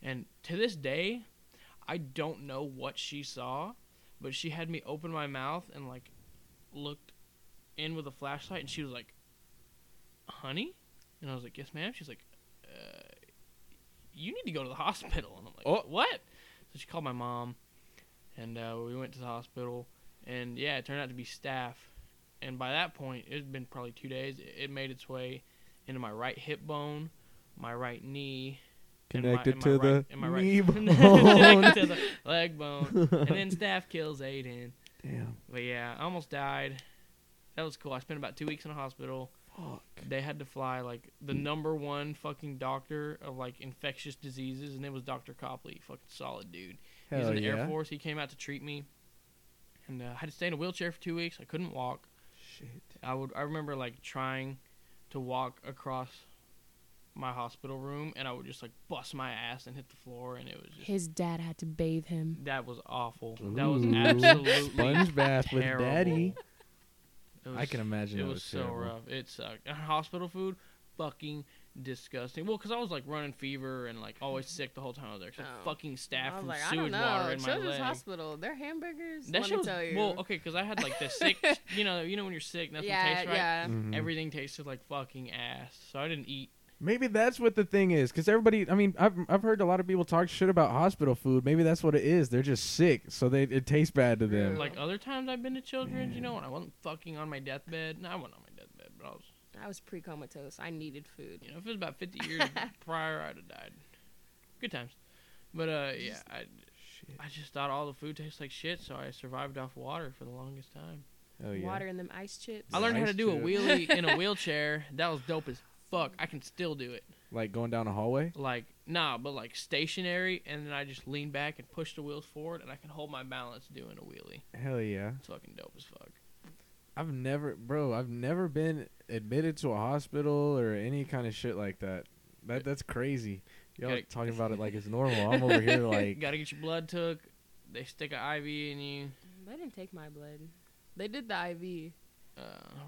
Speaker 3: and to this day, I don't know what she saw, but she had me open my mouth and like looked in with a flashlight, and she was like, "Honey," and I was like, "Yes, ma'am." She's like, uh, "You need to go to the hospital," and I'm like,
Speaker 5: Oh.
Speaker 3: what?" So she called my mom, and uh, we went to the hospital, and yeah, it turned out to be staph. And by that point, it had been probably two days. It it made its way into my right hip bone, my right knee, and my-
Speaker 1: Connected
Speaker 3: and my
Speaker 1: to
Speaker 3: right-
Speaker 1: the
Speaker 3: and my right-
Speaker 1: knee bone.
Speaker 3: Connected to the leg bone, and then staff kills Aiden.
Speaker 1: Damn.
Speaker 3: But yeah, I almost died. That was cool. I spent about two weeks in a hospital.
Speaker 1: Fuck.
Speaker 3: They had to fly like the number one fucking doctor of like infectious diseases, and it was Doctor Copley. Fucking solid dude. He was
Speaker 1: Hell
Speaker 3: in the Air
Speaker 1: yeah.
Speaker 3: Force. He came out to treat me, and uh, I had to stay in a wheelchair for two weeks. I couldn't walk.
Speaker 1: Shit.
Speaker 3: I would I remember like trying to walk across my hospital room and I would just like bust my ass and hit the floor and it was just
Speaker 2: His dad had to bathe him.
Speaker 3: that was awful. that was
Speaker 1: Ooh.
Speaker 3: absolutely
Speaker 1: Sponge bath with
Speaker 3: terrible.
Speaker 1: daddy.
Speaker 3: It was,
Speaker 5: I can imagine
Speaker 3: it
Speaker 5: that
Speaker 3: was,
Speaker 5: was,
Speaker 3: so
Speaker 5: terrible.
Speaker 3: rough. It sucked. And hospital food fucking disgusting. Well, cuz I was like running fever and like always sick the whole time I was there. 'cause
Speaker 2: Oh.
Speaker 3: fucking staff
Speaker 2: I was
Speaker 3: from
Speaker 2: like, I don't
Speaker 3: sewage
Speaker 2: know.
Speaker 3: water in my
Speaker 2: Children's
Speaker 3: leg.
Speaker 2: Hospital, their hamburgers.
Speaker 3: That
Speaker 2: let
Speaker 3: shit
Speaker 2: me
Speaker 3: was
Speaker 2: tell you.
Speaker 3: well, okay, cuz I had like the sick, you know, you know when you're sick, nothing
Speaker 2: yeah,
Speaker 3: tastes right. Mm.
Speaker 2: yeah.
Speaker 1: Mhm.
Speaker 3: Everything tasted like fucking ass. So I didn't eat
Speaker 1: Maybe that's what the thing is, because everybody. I mean, I've I've heard a lot of people talk shit about hospital food. Maybe that's what it is. They're just sick, so they it tastes bad to them.
Speaker 2: Yeah.
Speaker 3: Like other times I've been to children's, you know, and I wasn't fucking on my deathbed. No, I wasn't on my deathbed, but I was,
Speaker 2: I was pre-comatose. I needed food.
Speaker 3: you know, if it was about 50 years prior, I'd have died. Good times. But, uh, yeah, I,
Speaker 1: Shit.
Speaker 3: I just thought all the food tastes like shit, so I survived off water for the longest time.
Speaker 1: Oh yeah.
Speaker 2: Water in them ice chips.
Speaker 3: I learned how
Speaker 5: Nice
Speaker 3: to do a
Speaker 5: trip.
Speaker 3: wheelie in a wheelchair. That was dope as fuck. I can still do it.
Speaker 1: Like going down a hallway.
Speaker 3: Like, nah, but like stationary, and then I just lean back and push the wheels forward, and I can hold my balance doing a wheelie.
Speaker 1: Hell yeah.
Speaker 3: It's fucking dope as fuck.
Speaker 1: I've never, bro. I've never been admitted to a hospital or any kind of shit like that. That that's crazy. Y'all
Speaker 3: Gotta-
Speaker 1: talking about it like it's normal. I'm over here
Speaker 3: You
Speaker 1: like
Speaker 3: gotta get your blood took. They stick an IV in you.
Speaker 2: They didn't take my blood. They did the IV.
Speaker 3: Uh,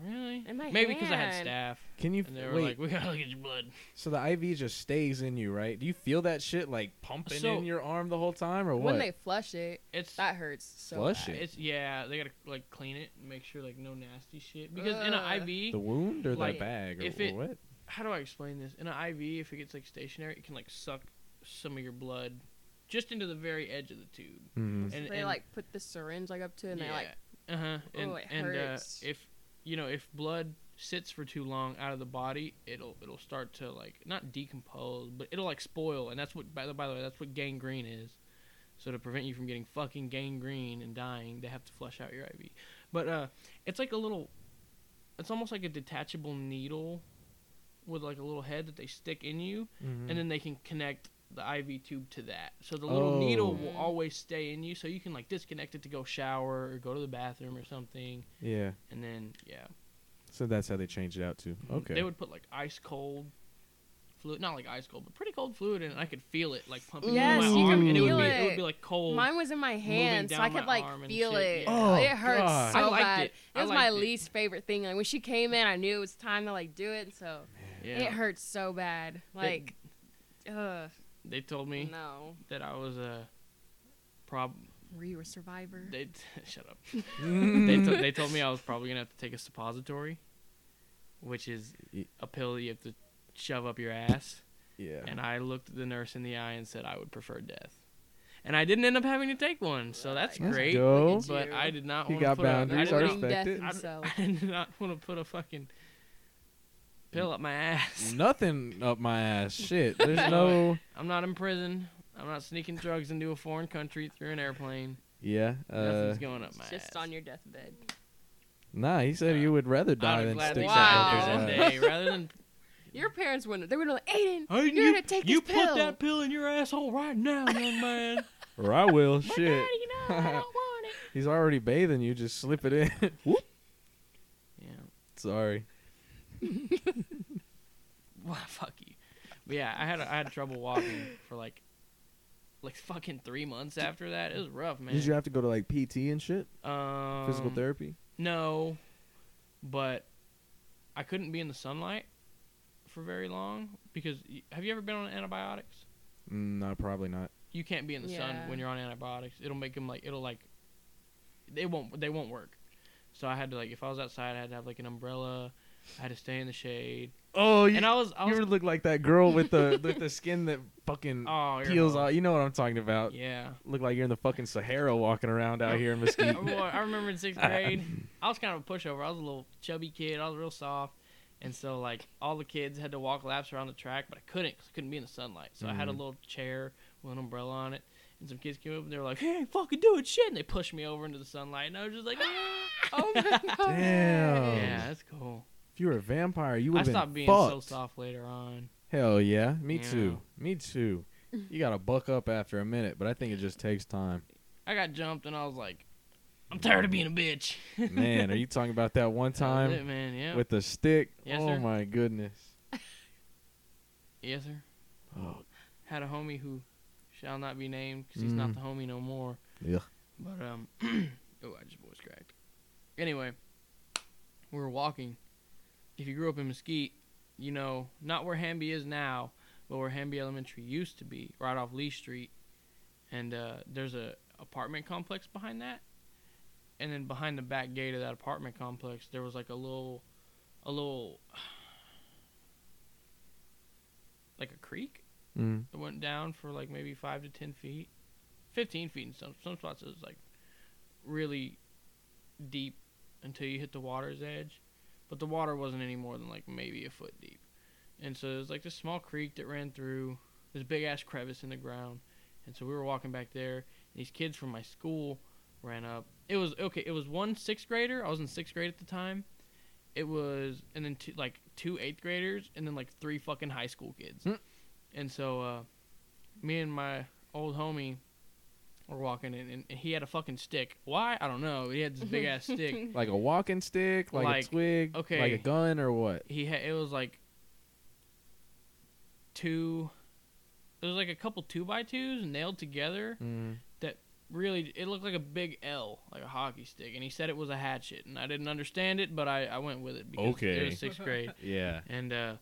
Speaker 3: really?
Speaker 2: In my
Speaker 3: Maybe because I had
Speaker 2: hand.
Speaker 3: staff,
Speaker 1: Can you
Speaker 3: and they were
Speaker 1: wait?
Speaker 3: like, "We gotta look at your blood."
Speaker 1: so the IV just stays in you, right? Do you feel that shit like pumping
Speaker 3: So-
Speaker 1: in your arm the whole time, or what?
Speaker 2: When they flush it,
Speaker 3: It's
Speaker 2: that hurts so
Speaker 1: Flush
Speaker 2: bad.
Speaker 1: it?
Speaker 3: it's yeah. They gotta like clean it, and make sure like no nasty shit. Because in
Speaker 2: Ugh.
Speaker 3: an IV,
Speaker 1: the wound or
Speaker 3: like,
Speaker 1: the bag or,
Speaker 3: if
Speaker 1: or
Speaker 3: it-
Speaker 1: what?
Speaker 3: how do I explain this? In an IV, if it gets like stationary, it can like suck some of your blood just into the very edge of the tube.
Speaker 2: Mm-hmm.
Speaker 1: Mhm.
Speaker 3: And,
Speaker 2: they like put the syringe like up to it and they like
Speaker 3: uh-huh. and,
Speaker 2: "Oh, it
Speaker 3: and uh,
Speaker 2: hurts."
Speaker 3: if you know if blood sits for too long out of the body it'll it'll start to like not decompose but it'll like spoil and that's what by the, by the way that's what gangrene is so to prevent you from getting fucking gangrene and dying they have to flush out your iv but uh it's like a little it's almost like a detachable needle with like a little head that they stick in you
Speaker 1: Mhm.
Speaker 3: and then they can connect the IV tube to that. So the little needle will
Speaker 2: Oh.
Speaker 3: always stay in you, so you can like disconnect it to go shower or go to the bathroom or something.
Speaker 1: yeah.
Speaker 3: And then yeah,
Speaker 1: So that's how they changed it out too. Okay.
Speaker 3: Mm-hmm. they would put like ice cold fluid, not like ice cold, but pretty cold fluid, in it, and I could feel it like pumping
Speaker 2: Yes,
Speaker 3: through
Speaker 2: you
Speaker 3: my
Speaker 2: can
Speaker 3: arm, and it would
Speaker 2: feel
Speaker 3: be it
Speaker 2: it.
Speaker 3: would be like cold.
Speaker 2: Mine was in my hand, so
Speaker 3: down
Speaker 2: I could
Speaker 3: my
Speaker 2: like
Speaker 3: arm and
Speaker 2: feel
Speaker 3: shit,
Speaker 2: it.
Speaker 3: yeah.
Speaker 1: Oh,
Speaker 2: it hurts
Speaker 1: God.
Speaker 2: so
Speaker 3: I liked
Speaker 2: bad.
Speaker 3: it. I
Speaker 2: was my
Speaker 3: liked it.
Speaker 2: least favorite thing. Like when she came in, I knew it was time to like do it. So
Speaker 3: yeah.
Speaker 2: it hurts so bad. Like, ugh,
Speaker 3: They told me
Speaker 2: no,
Speaker 3: that I was a prob.
Speaker 2: were you a survivor?
Speaker 3: They shut up. they,
Speaker 2: Mm-hmm.
Speaker 3: to- they told me I was probably gonna have to take a suppository, which is
Speaker 1: Ye-
Speaker 3: a pill you have to shove up your ass.
Speaker 1: yeah.
Speaker 3: And I looked the nurse in the eye and said I would prefer death. And I didn't end up having to take one, so that's
Speaker 1: That's
Speaker 3: great.
Speaker 1: dope.
Speaker 2: Look
Speaker 3: But
Speaker 2: you.
Speaker 3: I did not
Speaker 1: He
Speaker 3: want to
Speaker 1: got
Speaker 3: put a- I
Speaker 1: boundaries,
Speaker 3: did
Speaker 1: I
Speaker 3: not-
Speaker 2: Limiting
Speaker 1: respect
Speaker 2: death
Speaker 1: it.
Speaker 3: I d-
Speaker 2: himself.
Speaker 3: I did not want to put a fucking pill up my ass.
Speaker 1: Mm-hmm. Nothing up my ass. Shit. There's no.
Speaker 3: I'm not in prison. I'm not sneaking drugs into a foreign country through an airplane.
Speaker 1: Yeah. Uh,
Speaker 3: Nothing's going up my
Speaker 2: It's
Speaker 3: ass.
Speaker 2: Just on your deathbed.
Speaker 1: nah. He said you would rather die
Speaker 3: I'd
Speaker 1: than
Speaker 3: gladly
Speaker 1: stick
Speaker 2: stick
Speaker 3: wow.
Speaker 2: something
Speaker 1: something
Speaker 2: up
Speaker 1: up
Speaker 2: his
Speaker 1: his
Speaker 3: day rather than
Speaker 2: Your parents wouldn't. They would have like, Aiden,
Speaker 3: Hey,
Speaker 2: you're gonna take
Speaker 3: Oh, you
Speaker 2: this
Speaker 3: put
Speaker 2: pill.
Speaker 3: that pill in your asshole right now, young man.
Speaker 1: Or I will.
Speaker 2: But
Speaker 1: Shit.
Speaker 2: Daddy, no, I don't want it.
Speaker 1: He's already bathing you. Just slip it in. Whoop.
Speaker 3: yeah.
Speaker 1: Sorry.
Speaker 3: Well, fuck you. But yeah, I had I had trouble walking for like like fucking three months after that. It was rough, man.
Speaker 1: Did you have to go to like PT and shit?
Speaker 3: um,
Speaker 1: Physical therapy?
Speaker 3: No, but I couldn't be in the sunlight, for very long because y- have you ever been on antibiotics?
Speaker 1: Mm, no, probably not.
Speaker 3: You can't be in the sun
Speaker 2: Yeah.
Speaker 3: when you're on antibiotics. It'll make them like it'll like they won't they won't work. So I had to like if I was outside, I had to have like an umbrella. I had to stay in the shade.
Speaker 1: Oh, you,
Speaker 3: And I was I
Speaker 1: you
Speaker 3: was
Speaker 1: ever look like that girl with the with the skin that fucking
Speaker 3: oh you're
Speaker 1: peels
Speaker 3: home.
Speaker 1: off. You know what I'm talking about.
Speaker 3: Yeah.
Speaker 1: Look like you're in the fucking Sahara walking around out here in Mesquite.
Speaker 3: Boy, I remember in sixth grade, I was kind of a pushover. I was a little chubby kid. I was real soft, and so like all the kids had to walk laps around the track, but I couldn't 'cause I couldn't be in the sunlight. So I had a
Speaker 1: Mhm.
Speaker 3: little chair with an umbrella on it, and some kids came up and they were like, "Hey, fucking do it, shit!" And they pushed me over into the sunlight, and I was just like,
Speaker 2: Oh my god.
Speaker 1: Damn.
Speaker 3: "Yeah, that's cool."
Speaker 1: if you were a vampire, you
Speaker 3: I
Speaker 1: would have
Speaker 3: stopped
Speaker 1: Um, been
Speaker 3: being
Speaker 1: fucked.
Speaker 3: so soft later on.
Speaker 1: Hell yeah, me
Speaker 3: Yeah.
Speaker 1: too. Me too. You gotta buck up after a minute, but I think it just takes time.
Speaker 3: I got jumped, and I was like, "I'm tired of being a bitch."
Speaker 1: Man, are you talking about that one
Speaker 3: That was it,
Speaker 1: time
Speaker 3: man. Yeah.
Speaker 1: with the stick?
Speaker 3: Yes,
Speaker 1: oh
Speaker 3: sir.
Speaker 1: my goodness.
Speaker 3: yes, sir.
Speaker 1: Oh,
Speaker 3: had a homie who shall not be named because he's
Speaker 1: Mm.
Speaker 3: not the homie no more.
Speaker 1: Yeah.
Speaker 3: But um, oh, I just voice cracked. Anyway, we were walking. If you grew up in Mesquite, you know not where Hamby is now, but where Hamby Elementary used to be, right off Lee Street, and uh, there's a apartment complex behind that. And then behind the back gate of that apartment complex, there was like a little, a little, like a creek.
Speaker 1: mm.
Speaker 3: It went down for like maybe five to ten feet, fifteen feet in some some spots. It was like really deep until you hit the water's edge, but the water wasn't any more than like maybe a foot deep. And so it was like this small creek that ran through this big ass crevice in the ground. And so we were walking back there. And these kids from my school ran up. It was okay. It was one sixth grader. I was in sixth grade at the time. It was and then two, like two eighth graders and then like three fucking high school kids.
Speaker 1: Hmm.
Speaker 3: And so uh, me and my old homie were walking in, and, and he had a fucking stick. Why? I don't know. He had this big ass stick.
Speaker 1: Like a walking stick, like,
Speaker 3: Like,
Speaker 1: a twig, like
Speaker 3: okay.
Speaker 1: a gun or what?
Speaker 3: he had it was like two it was like a couple two by twos nailed together
Speaker 1: Mm.
Speaker 3: really it looked like a big l like a hockey stick and he said it was a hatchet and i didn't understand it but i, I went with it because it
Speaker 1: Okay.
Speaker 3: was sixth grade
Speaker 1: Yeah.
Speaker 3: and uh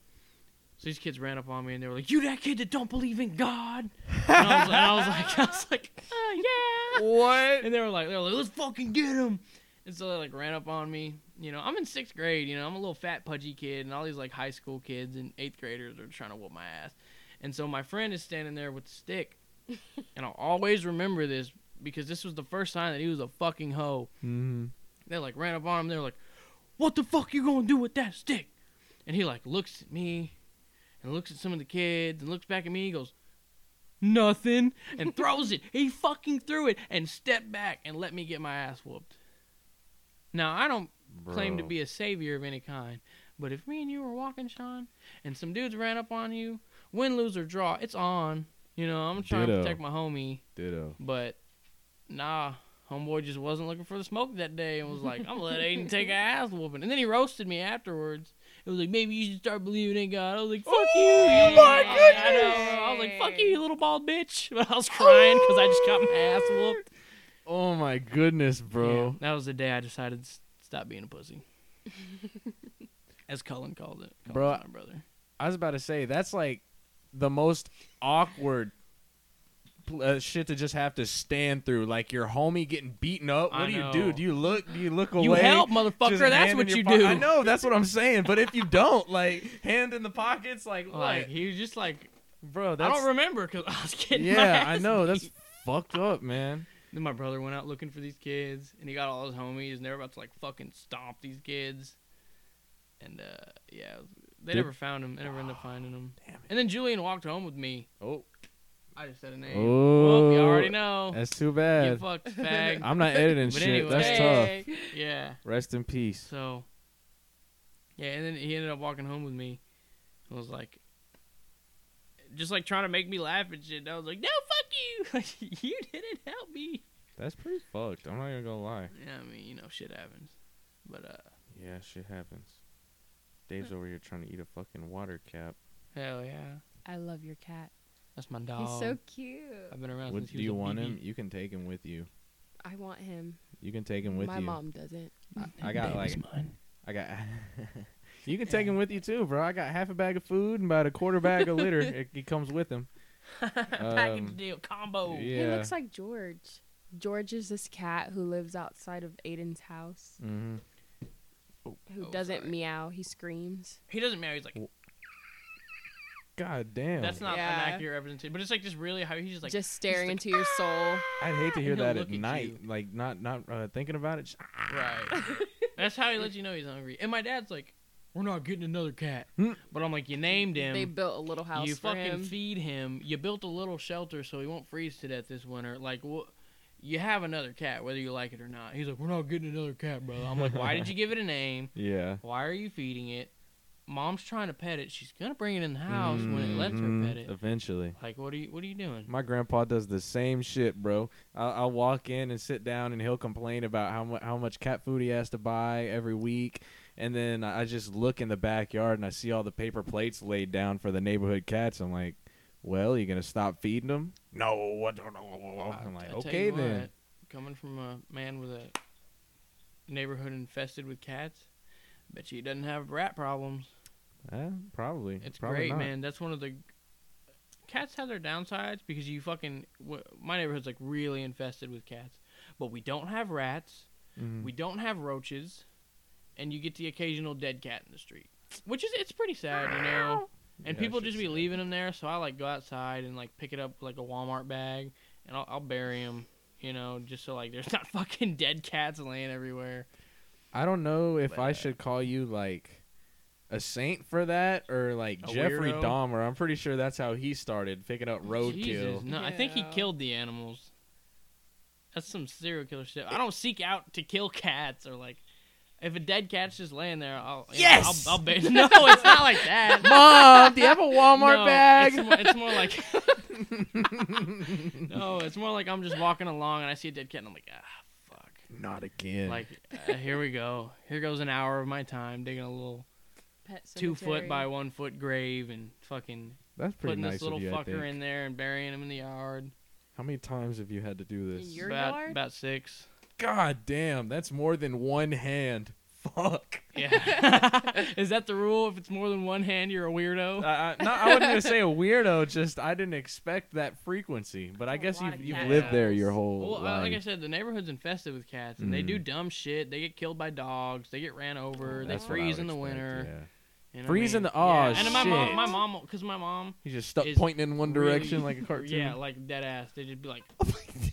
Speaker 3: so these kids ran up on me and they were like you that kid that don't believe in god and i was, and I was like i was like uh, yeah
Speaker 1: What?
Speaker 3: and they were like, they were like, let's fucking get him. And so they like ran up on me. You know, I'm in sixth grade. You know, I'm a little fat pudgy kid, and all these like high school kids and eighth graders are trying to whoop my ass. And so my friend is standing there with the stick, and I'll always remember this because this was the first time that he was a fucking hoe.
Speaker 1: Mm.
Speaker 3: They like ran up on him. They're like, "What the fuck you gonna do with that stick?" And he like looks at me, and looks at some of the kids, and looks back at me. He goes, "Nothing," and throws it. He fucking threw it and stepped back and let me get my ass whooped. Now I don't claim to
Speaker 1: Bro.
Speaker 3: be a savior of any kind, but if me and you were walking, Sean, and some dudes ran up on you, win, lose or draw, it's on. You know, I'm trying to
Speaker 1: Ditto.
Speaker 3: protect my homie.
Speaker 1: Ditto.
Speaker 3: But nah, homeboy just wasn't looking for the smoke that day and was like, I'm gonna let Aiden take a ass whooping. And then he roasted me afterwards. It was like, maybe you should start believing in God. I was like, fuck you.
Speaker 2: Oh,
Speaker 3: you little-
Speaker 2: my
Speaker 3: I, know. I was like, fuck you, you little bald bitch. But I was crying because I just got my ass whooped.
Speaker 1: Oh my goodness,
Speaker 3: Yeah,
Speaker 1: bro.
Speaker 3: that was the day I decided to s- stop being a pussy. As Cullen called it. Cullen's
Speaker 1: Bro,
Speaker 3: my brother.
Speaker 1: I was about to say that's like the most awkward pl- uh, shit to just have to stand through. Like your homie getting beaten up. What
Speaker 3: I
Speaker 1: do you
Speaker 3: know.
Speaker 1: do? Do you look? Do you look away?
Speaker 3: You help,
Speaker 1: Just
Speaker 3: motherfucker. That's
Speaker 1: hand
Speaker 3: what
Speaker 1: in
Speaker 3: you
Speaker 1: your po-
Speaker 3: do.
Speaker 1: I know that's what I'm saying. But if you don't, like hand in the pockets, like what,
Speaker 3: Like, he was just like,
Speaker 1: bro?
Speaker 3: I
Speaker 1: That's
Speaker 3: don't remember because I was kidding.
Speaker 1: yeah, I know that's fucked up, man.
Speaker 3: Then my brother went out looking for these kids, and he got all his homies, and they were about to like fucking stomp these kids. And uh, yeah, they
Speaker 1: Did-
Speaker 3: never found him. They never ended up finding him. And then Julian walked home with me.
Speaker 1: Oh,
Speaker 3: I just said a name.
Speaker 1: oh,
Speaker 3: well, you already know.
Speaker 1: that's too
Speaker 3: You
Speaker 1: bad.
Speaker 3: fucked fag.
Speaker 1: I'm not editing
Speaker 3: But
Speaker 1: shit.
Speaker 3: anyway.
Speaker 1: That's tough.
Speaker 2: Hey.
Speaker 3: yeah.
Speaker 1: Rest in peace.
Speaker 3: So. Yeah, and then he ended up walking home with me. I was like, just like trying to make me laugh and shit. And I was like, no, fuck you. Like, you didn't help me.
Speaker 1: That's pretty fucked. I'm not even gonna lie.
Speaker 3: Yeah, I mean, you know, shit happens. But uh.
Speaker 1: Yeah, shit happens. Dave's over here trying to eat a fucking water cap.
Speaker 3: Hell yeah.
Speaker 2: I love your cat.
Speaker 3: That's my dog.
Speaker 2: He's
Speaker 1: Oh.
Speaker 2: so cute.
Speaker 3: I've been around
Speaker 6: Would,
Speaker 3: since he
Speaker 6: do
Speaker 3: was
Speaker 6: you
Speaker 3: a
Speaker 6: want
Speaker 3: BB.
Speaker 6: him? You can take him with you.
Speaker 2: I want him.
Speaker 6: You can take him with
Speaker 2: my
Speaker 6: you.
Speaker 2: mom doesn't.
Speaker 6: I got like
Speaker 3: mine.
Speaker 6: I got
Speaker 1: You can take him with you too, bro. I got half a bag of food and about a quarter bag of litter. It, it comes with him.
Speaker 3: Package
Speaker 1: Um,
Speaker 3: deal combo.
Speaker 1: yeah.
Speaker 2: He looks like George. George is this cat who lives outside of Aiden's house,
Speaker 1: Mm-hmm.
Speaker 2: who
Speaker 3: Oh,
Speaker 2: doesn't
Speaker 3: sorry.
Speaker 2: meow. He screams.
Speaker 3: He doesn't marry. He's like
Speaker 1: God damn.
Speaker 3: that's not
Speaker 2: Yeah.
Speaker 3: an accurate representation, but it's like just really how he's just like
Speaker 2: just
Speaker 3: he's
Speaker 2: staring
Speaker 3: like,
Speaker 2: into your soul.
Speaker 1: I'd hate to hear
Speaker 3: He'll
Speaker 1: that
Speaker 3: look
Speaker 1: at
Speaker 3: at
Speaker 1: night. Like not not uh, thinking about it. Just,
Speaker 3: right. That's how he lets you know he's hungry. And my dad's like, "We're not getting another cat,"
Speaker 1: Hmm.
Speaker 3: but I'm like, "You named him.
Speaker 2: They built a little house
Speaker 3: you
Speaker 2: for
Speaker 3: fucking
Speaker 2: him.
Speaker 3: feed him. You built a little shelter so he won't freeze to death this winter. Like, wha- You have another cat, whether you like it or not. He's like, "We're not getting another cat, brother." I'm like, "Why did you give it a name?
Speaker 1: yeah.
Speaker 3: Why are you feeding it? Mom's trying to pet it. She's gonna bring it in the house when it lets her
Speaker 1: Mhm.
Speaker 3: pet it.
Speaker 1: Eventually.
Speaker 3: Like, what are you? What are you doing?
Speaker 1: My grandpa does the same shit, bro. I'll, I'll walk in and sit down, and he'll complain about how mu- how much cat food he has to buy every week. And then I I just look in the backyard and I see all the paper plates laid down for the neighborhood cats. I'm like, well, you gonna stop feeding them? No. What? I'm
Speaker 3: I
Speaker 1: like,
Speaker 3: tell
Speaker 1: okay
Speaker 3: you what,
Speaker 1: then.
Speaker 3: coming from a man with a neighborhood infested with cats, bet you he doesn't have rat problems.
Speaker 1: Eh, probably.
Speaker 3: It's
Speaker 1: Probably
Speaker 3: great,
Speaker 1: not.
Speaker 3: man. That's one of the cats have their downsides because you fucking wh- my neighborhood's like really infested with cats, but we don't have rats,
Speaker 1: Mhm.
Speaker 3: we don't have roaches, and you get the occasional dead cat in the street, which is it's pretty sad, you know. And
Speaker 1: Yeah,
Speaker 3: people
Speaker 1: shit's
Speaker 3: just be
Speaker 1: sad.
Speaker 3: leaving them there, so I like go outside and like pick it up like a Walmart bag, and I'll, I'll bury them, you know, just so like there's not fucking dead cats laying everywhere.
Speaker 1: I don't know if
Speaker 3: But,
Speaker 1: I
Speaker 3: uh,
Speaker 1: should call you like a saint for that or like
Speaker 3: A
Speaker 1: Jeffrey
Speaker 3: weirdo?
Speaker 1: Dahmer. I'm pretty sure that's how he started picking up
Speaker 3: Jesus,
Speaker 1: roadkill.
Speaker 3: no, I think he
Speaker 2: Yeah.
Speaker 3: killed the animals. That's some serial killer shit. I don't seek out to kill cats or like. If a dead cat's just laying there, I'll you know,
Speaker 4: Yes!
Speaker 3: I'll, I'll ba- no, it's not like that.
Speaker 1: Mom, do you have a Walmart
Speaker 3: No,
Speaker 1: bag?
Speaker 3: It's more, it's more like no, it's more like I'm just walking along and I see a dead cat and I'm like, ah, fuck.
Speaker 1: Not again.
Speaker 3: Like uh, here we go. Here goes an hour of my time digging a little
Speaker 2: Pet
Speaker 3: two foot
Speaker 2: cemetery.
Speaker 3: by one foot grave and fucking
Speaker 1: that's pretty
Speaker 3: putting
Speaker 1: nice
Speaker 3: this little
Speaker 1: of you. I think.
Speaker 3: fucker in there and burying him in the yard.
Speaker 1: How many times have you had to do this?
Speaker 2: In your-
Speaker 3: about,
Speaker 2: yard?
Speaker 3: About six.
Speaker 1: God damn, that's more than one hand. Fuck.
Speaker 3: Yeah. Is that the rule? If it's more than one hand, you're a weirdo.
Speaker 1: I, I, no, I wasn't gonna say a weirdo. Just I didn't expect that frequency. But I
Speaker 2: A
Speaker 1: guess
Speaker 2: lot
Speaker 1: you've,
Speaker 2: of
Speaker 1: you've
Speaker 2: cat
Speaker 1: lived there
Speaker 2: animals.
Speaker 1: your whole
Speaker 3: well, uh,
Speaker 1: life.
Speaker 3: like I said, the neighborhood's infested with cats, and they do
Speaker 1: Mm.
Speaker 3: dumb shit. They get killed by dogs. They get ran over. they
Speaker 1: That's what I
Speaker 3: freeze
Speaker 1: would
Speaker 3: in the
Speaker 1: expect,
Speaker 3: winter.
Speaker 1: yeah.
Speaker 3: you know what I
Speaker 1: Freeze in
Speaker 3: mean?
Speaker 1: the oh
Speaker 3: And
Speaker 1: shit.
Speaker 3: then my mom, my mom, because my mom,
Speaker 1: He's just stuck
Speaker 3: is
Speaker 1: pointing in one direction
Speaker 3: really-
Speaker 1: like a cartoon. Oh
Speaker 3: yeah, like dead ass. They just be like,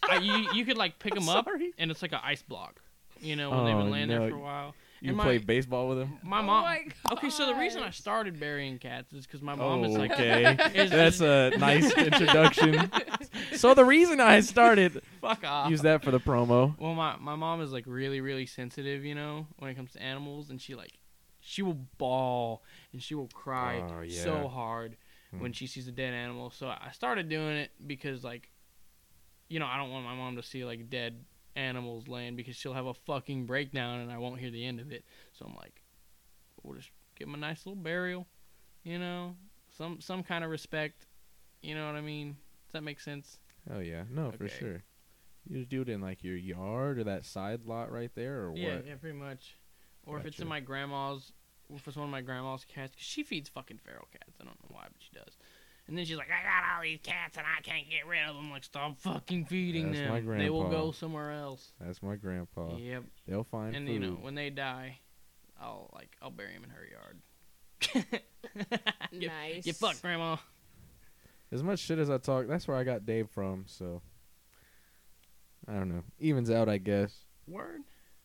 Speaker 3: I, you, you could like pick them up, and it's like an ice block. You know, when they've
Speaker 1: Oh,
Speaker 3: been laying
Speaker 1: no.
Speaker 3: there for a while.
Speaker 1: You
Speaker 3: and my-
Speaker 1: play baseball with him.
Speaker 3: My
Speaker 2: Oh
Speaker 3: mom.
Speaker 2: my
Speaker 3: okay, so the reason I
Speaker 2: gosh.
Speaker 3: started burying cats is because my mom is like,
Speaker 1: Oh, okay,
Speaker 3: is-
Speaker 1: that's a nice introduction. so the reason I started
Speaker 3: fuck off.
Speaker 1: use that for the promo.
Speaker 3: Well, my, my mom is like really, really sensitive, you know, when it comes to animals. And she like, she will bawl and she will cry
Speaker 1: Oh, yeah. Hmm.
Speaker 3: so hard when she sees a dead animal. So I started doing it because, like, you know, I don't want my mom to see like dead animals laying because she'll have a fucking breakdown and I won't hear the end of it. So I'm like, we'll just give him a nice little burial, you know, some, some kind of respect. You know what I mean? Does that make sense?
Speaker 1: Oh yeah, no for
Speaker 3: Okay.
Speaker 1: sure. You just do it in like your yard or that side lot right there, or
Speaker 3: Yeah,
Speaker 1: what?
Speaker 3: yeah, pretty much. Or if it's
Speaker 1: Gotcha.
Speaker 3: in my grandma's, if it's one of my grandma's cats, 'cause she feeds fucking feral cats. I don't know why, but she does. And then she's like, I got all these cats and I can't get rid of them. Like, stop fucking feeding
Speaker 1: That's my
Speaker 3: them. They will
Speaker 1: grandpa.
Speaker 3: go somewhere else.
Speaker 1: That's my grandpa.
Speaker 3: yep.
Speaker 1: They'll find
Speaker 3: And
Speaker 1: food.
Speaker 3: you know, when they die, I'll like I'll bury them in her yard. you,
Speaker 2: Nice.
Speaker 3: you fuck, grandma.
Speaker 1: as much shit as I talk, that's where I got Dave from. So I don't know. Evens out, I guess.
Speaker 3: Word.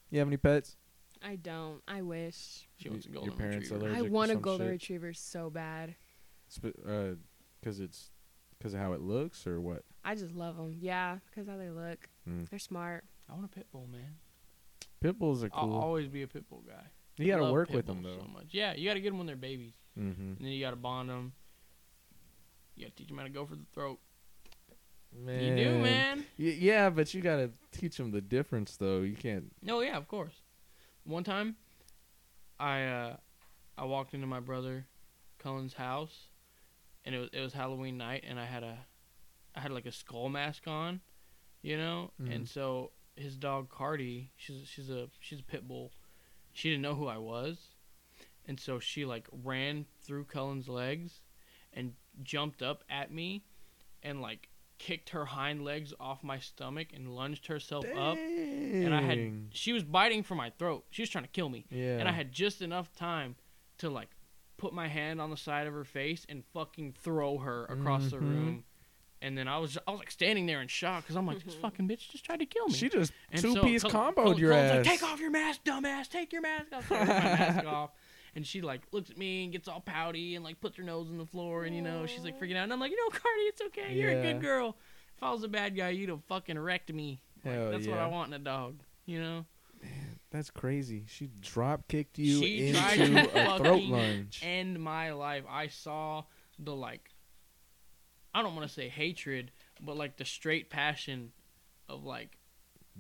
Speaker 1: You have any pets?
Speaker 2: I don't. I wish.
Speaker 3: She
Speaker 1: Y-
Speaker 3: wants a
Speaker 1: your
Speaker 3: golden
Speaker 1: parents
Speaker 3: retriever.
Speaker 1: allergic
Speaker 2: I
Speaker 1: to
Speaker 2: want a
Speaker 1: some
Speaker 2: golden
Speaker 1: shit?
Speaker 2: retriever so bad.
Speaker 1: Because uh, it's because of how it looks, or what?
Speaker 2: I just love them. Yeah, because how they look.
Speaker 1: Mm.
Speaker 2: They're smart.
Speaker 3: I want a pit bull, man.
Speaker 1: Pit bulls are
Speaker 3: I'll
Speaker 1: cool.
Speaker 3: always be a pit bull guy.
Speaker 1: you
Speaker 3: I
Speaker 1: gotta
Speaker 3: love
Speaker 1: work
Speaker 3: pit
Speaker 1: with them
Speaker 3: bulls
Speaker 1: though.
Speaker 3: So much. Yeah, you gotta get them when they're babies.
Speaker 1: Mm-hmm.
Speaker 3: and then you gotta bond them. You gotta teach them how to go for the throat.
Speaker 1: Man.
Speaker 3: You do, man.
Speaker 1: Y- yeah, but you gotta teach them the difference though. You can't.
Speaker 3: No, yeah, of course. One time, I uh, I walked into my brother Cullen's house, and it was it was Halloween night, and I had a I had like a skull mask on, you know, and so his dog Cardi, she's she's a she's a pit bull. She didn't know who I was, and so she like ran through Cullen's legs and jumped up at me and like kicked her hind legs off my stomach and lunged herself Oh, up and I had
Speaker 1: Dang.
Speaker 3: she was biting for my throat. She was trying to kill me.
Speaker 1: Yeah.
Speaker 3: And I had just enough time to like put my hand on the side of her face and fucking throw her across the
Speaker 1: Mhm.
Speaker 3: room. And then I was I was like standing there in shock because I'm like this fucking bitch just tried to kill me.
Speaker 1: She just
Speaker 3: And
Speaker 1: two
Speaker 3: so
Speaker 1: piece
Speaker 3: Col-
Speaker 1: comboed
Speaker 3: Col-
Speaker 1: your
Speaker 3: Colin's
Speaker 1: ass.
Speaker 3: like, Take off your mask, dumbass. Take your mask off. So I rip my mask off. And she like looks at me and gets all pouty and like puts her nose in the floor and you know she's like freaking out and I'm like, you know, Cardi, it's okay. You're a
Speaker 1: Yeah.
Speaker 3: good girl. If I was a bad guy, you'd have fucking wrecked me. Like,
Speaker 1: Hell
Speaker 3: that's what
Speaker 1: Oh, yeah.
Speaker 3: I want in a dog. You know.
Speaker 1: That's crazy. She drop kicked you
Speaker 3: She tried
Speaker 1: into
Speaker 3: to
Speaker 1: a throat
Speaker 3: fucking
Speaker 1: lunge.
Speaker 3: end my life. I saw the like I don't want to say hatred, but like the straight passion of like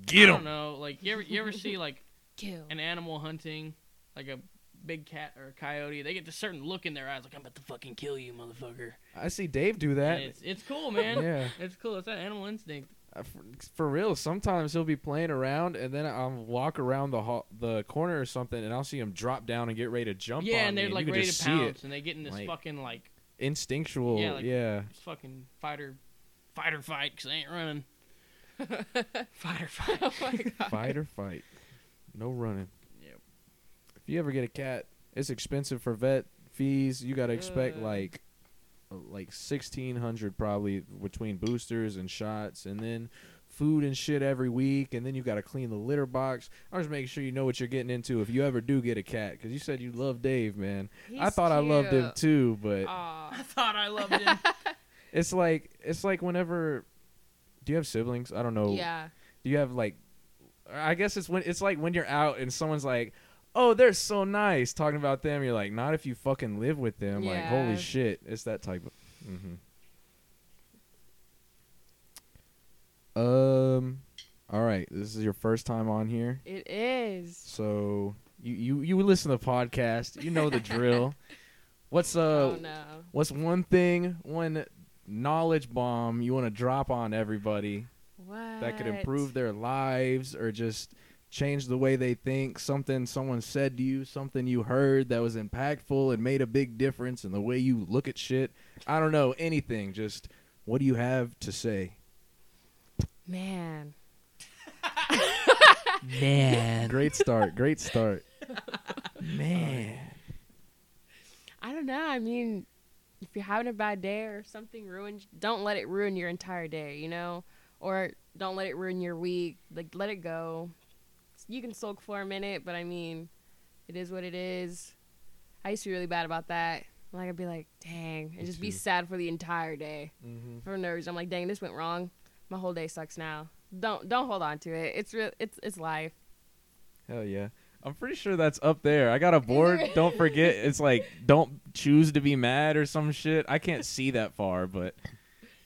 Speaker 3: I
Speaker 4: Get
Speaker 3: don't
Speaker 4: 'em.
Speaker 3: know, like you ever you ever see like
Speaker 2: Kill.
Speaker 3: an animal hunting, like a big cat or a coyote, they get this certain look in their eyes like I'm about to fucking kill you, motherfucker.
Speaker 1: I see Dave do that.
Speaker 3: And it's it's cool, man.
Speaker 1: Yeah.
Speaker 3: It's cool. It's that animal instinct.
Speaker 1: I- for, for real, sometimes he'll be playing around, and then I'll walk around the hall, the corner or something, and I'll see him drop down and get ready to jump.
Speaker 3: yeah,
Speaker 1: on
Speaker 3: and
Speaker 1: me,
Speaker 3: they're like
Speaker 1: you can
Speaker 3: ready
Speaker 1: just
Speaker 3: to
Speaker 1: see
Speaker 3: pounce,
Speaker 1: it.
Speaker 3: and they get in this
Speaker 1: Like-
Speaker 3: fucking like
Speaker 1: Instinctual,
Speaker 3: Yeah, like-
Speaker 1: yeah.
Speaker 3: fucking fighter, fighter fight because they ain't running. fighter fight.
Speaker 2: oh my god.
Speaker 1: fight or fight, no running.
Speaker 3: Yep.
Speaker 1: If you ever get a cat, it's expensive for vet fees. You gotta expect
Speaker 2: Uh.
Speaker 1: like, uh, like sixteen hundred probably between boosters and shots, and then food and shit every week, and then you gotta clean the litter box. I'm just making sure you know what you're getting into if you ever do get a cat, because you said you love Dave, man. I
Speaker 2: He's
Speaker 1: thought I loved him
Speaker 2: cute. Uh,
Speaker 1: too, but
Speaker 2: Aw.
Speaker 3: I thought I loved him.
Speaker 1: it's like it's like whenever. Do you have siblings? I don't know.
Speaker 2: Yeah.
Speaker 1: Do you have like? I guess it's when it's like when you're out and someone's like, "Oh, they're so nice," talking about them. You're like, not if you fucking live with them. Like,
Speaker 2: Yeah.
Speaker 1: holy shit, it's that type of. mm-hmm. hmm Um. All right, this is your first time on here,
Speaker 2: It is.
Speaker 1: so you you you listen to the podcast. You know the drill. What's uh?
Speaker 2: oh no.
Speaker 1: What's one thing, one knowledge bomb you want to drop on everybody
Speaker 2: What?
Speaker 1: that could improve their lives or just change the way they think? Something someone said to you, something you heard that was impactful and made a big difference in the way you look at shit. I don't know, anything. Just what do you have to say?
Speaker 2: Man.
Speaker 3: Man.
Speaker 1: Great start. Great start. Man.
Speaker 2: I don't know. I mean, if you're having a bad day or something ruined, don't let it ruin your entire day, you know? Or don't let it ruin your week. Like, let it go. You can sulk for a minute, but I mean, it is what it is. I used to be really bad about that. Like, I'd be like, dang, and just be
Speaker 1: too.
Speaker 2: sad for the entire day
Speaker 1: Mm-hmm.
Speaker 2: for no reason. I'm like, dang, this went wrong. My whole day sucks now. Don't don't hold on to it. It's real. It's it's life.
Speaker 1: Hell yeah. I'm pretty sure that's up there. I got a board.
Speaker 2: it?
Speaker 1: Don't forget, it's like don't choose to be mad or some shit. I can't see that far, but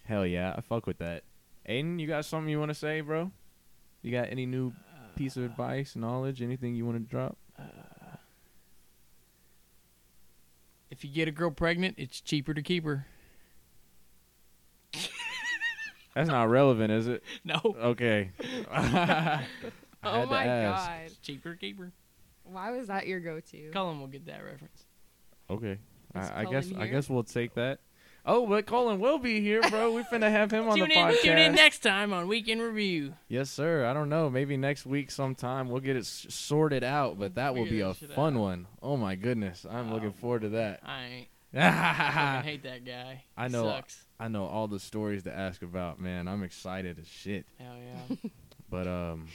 Speaker 1: hell yeah, I fuck with that. Aiden, you got something you want to say, bro? You got any new piece of advice, knowledge, anything you want to drop?
Speaker 3: If you get a girl pregnant, it's cheaper to keep her.
Speaker 1: That's not relevant, is it?
Speaker 3: No.
Speaker 1: Okay. I
Speaker 2: Oh
Speaker 1: had to
Speaker 2: my
Speaker 1: ask.
Speaker 2: god.
Speaker 3: It's cheaper to keep her.
Speaker 2: Why was that your go-to?
Speaker 3: Colin will get that reference.
Speaker 1: Okay.
Speaker 2: Is
Speaker 1: I, I guess
Speaker 2: Colin
Speaker 1: I
Speaker 2: here?
Speaker 1: guess we'll take that. Oh, but Colin will be here, bro. We finna have him on
Speaker 3: tune
Speaker 1: the
Speaker 3: in,
Speaker 1: podcast.
Speaker 3: tune in next time on Weekend Review.
Speaker 1: Yes, sir. I don't know. Maybe next week sometime we'll get it s- sorted out, but that will be
Speaker 3: Figure
Speaker 1: a
Speaker 3: that shit
Speaker 1: fun
Speaker 3: out.
Speaker 1: one. Oh my goodness, I'm
Speaker 3: Oh,
Speaker 1: looking forward to that.
Speaker 3: I ain't. I
Speaker 1: I
Speaker 3: hate that guy.
Speaker 1: Ah. I
Speaker 3: He
Speaker 1: know.
Speaker 3: Sucks.
Speaker 1: know all the stories to ask about, man. I'm excited as shit.
Speaker 3: Hell yeah.
Speaker 1: But um,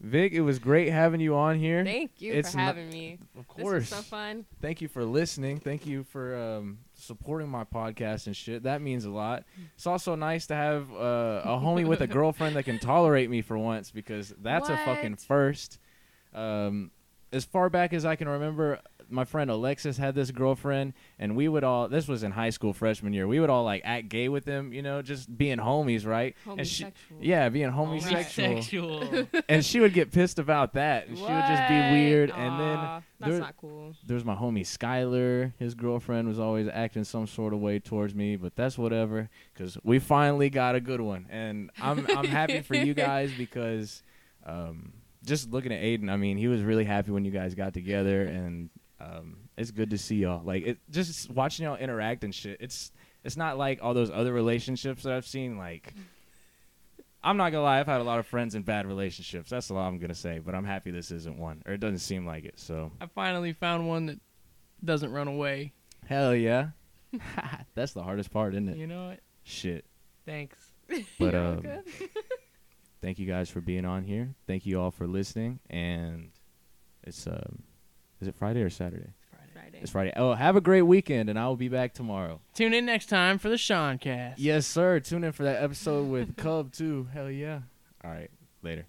Speaker 1: Vic, it was great having you on here.
Speaker 2: Thank you
Speaker 1: It's
Speaker 2: for
Speaker 1: not-
Speaker 2: having me.
Speaker 1: of
Speaker 2: This was
Speaker 1: course.
Speaker 2: so fun.
Speaker 1: Thank you for listening. Thank you for um, supporting my podcast and shit. That means a lot. It's also nice to have uh, a homie with a girlfriend that can tolerate me for once because that's a fucking
Speaker 2: What?
Speaker 1: first. Um, as far back as I can remember, my friend Alexis had this girlfriend, and we would all, this was in high school freshman year, we would all like act gay with them, you know, just being homies, right? And she-
Speaker 2: Homosexual.
Speaker 1: yeah, being homosexual.
Speaker 3: Homosexual.
Speaker 1: and she would get pissed about that, and she would just be
Speaker 2: What?
Speaker 1: weird. and then
Speaker 2: Aw,
Speaker 1: there-
Speaker 2: that's not cool.
Speaker 1: there's my homie Skyler. His girlfriend was always acting some sort of way towards me, but that's whatever. Cause we finally got a good one, and I'm I'm happy for you guys because um, just looking at Aiden, I mean, he was really happy when you guys got together, and um, it's good to see y'all. Like, it just watching y'all interact and shit. It's it's not like all those other relationships that I've seen. Like, I'm not gonna lie, I've had a lot of friends in bad relationships. That's all I'm gonna say. But I'm happy this isn't one, or it doesn't seem like it. So
Speaker 3: I finally found one that doesn't run away.
Speaker 1: hell yeah, that's the hardest part, isn't it?
Speaker 3: You know what?
Speaker 1: Shit.
Speaker 3: Thanks.
Speaker 1: But
Speaker 2: You're
Speaker 1: um,
Speaker 2: good.
Speaker 1: thank you guys for being on here. Thank you all for listening. And it's um, is it Friday or Saturday?
Speaker 3: Friday.
Speaker 2: Friday.
Speaker 1: It's Friday. Oh, have a great weekend, and I will be back tomorrow.
Speaker 3: Tune in next time for the Sean Cast.
Speaker 1: Yes, sir. Tune in for that episode with Cub too. Hell yeah. All right. Later.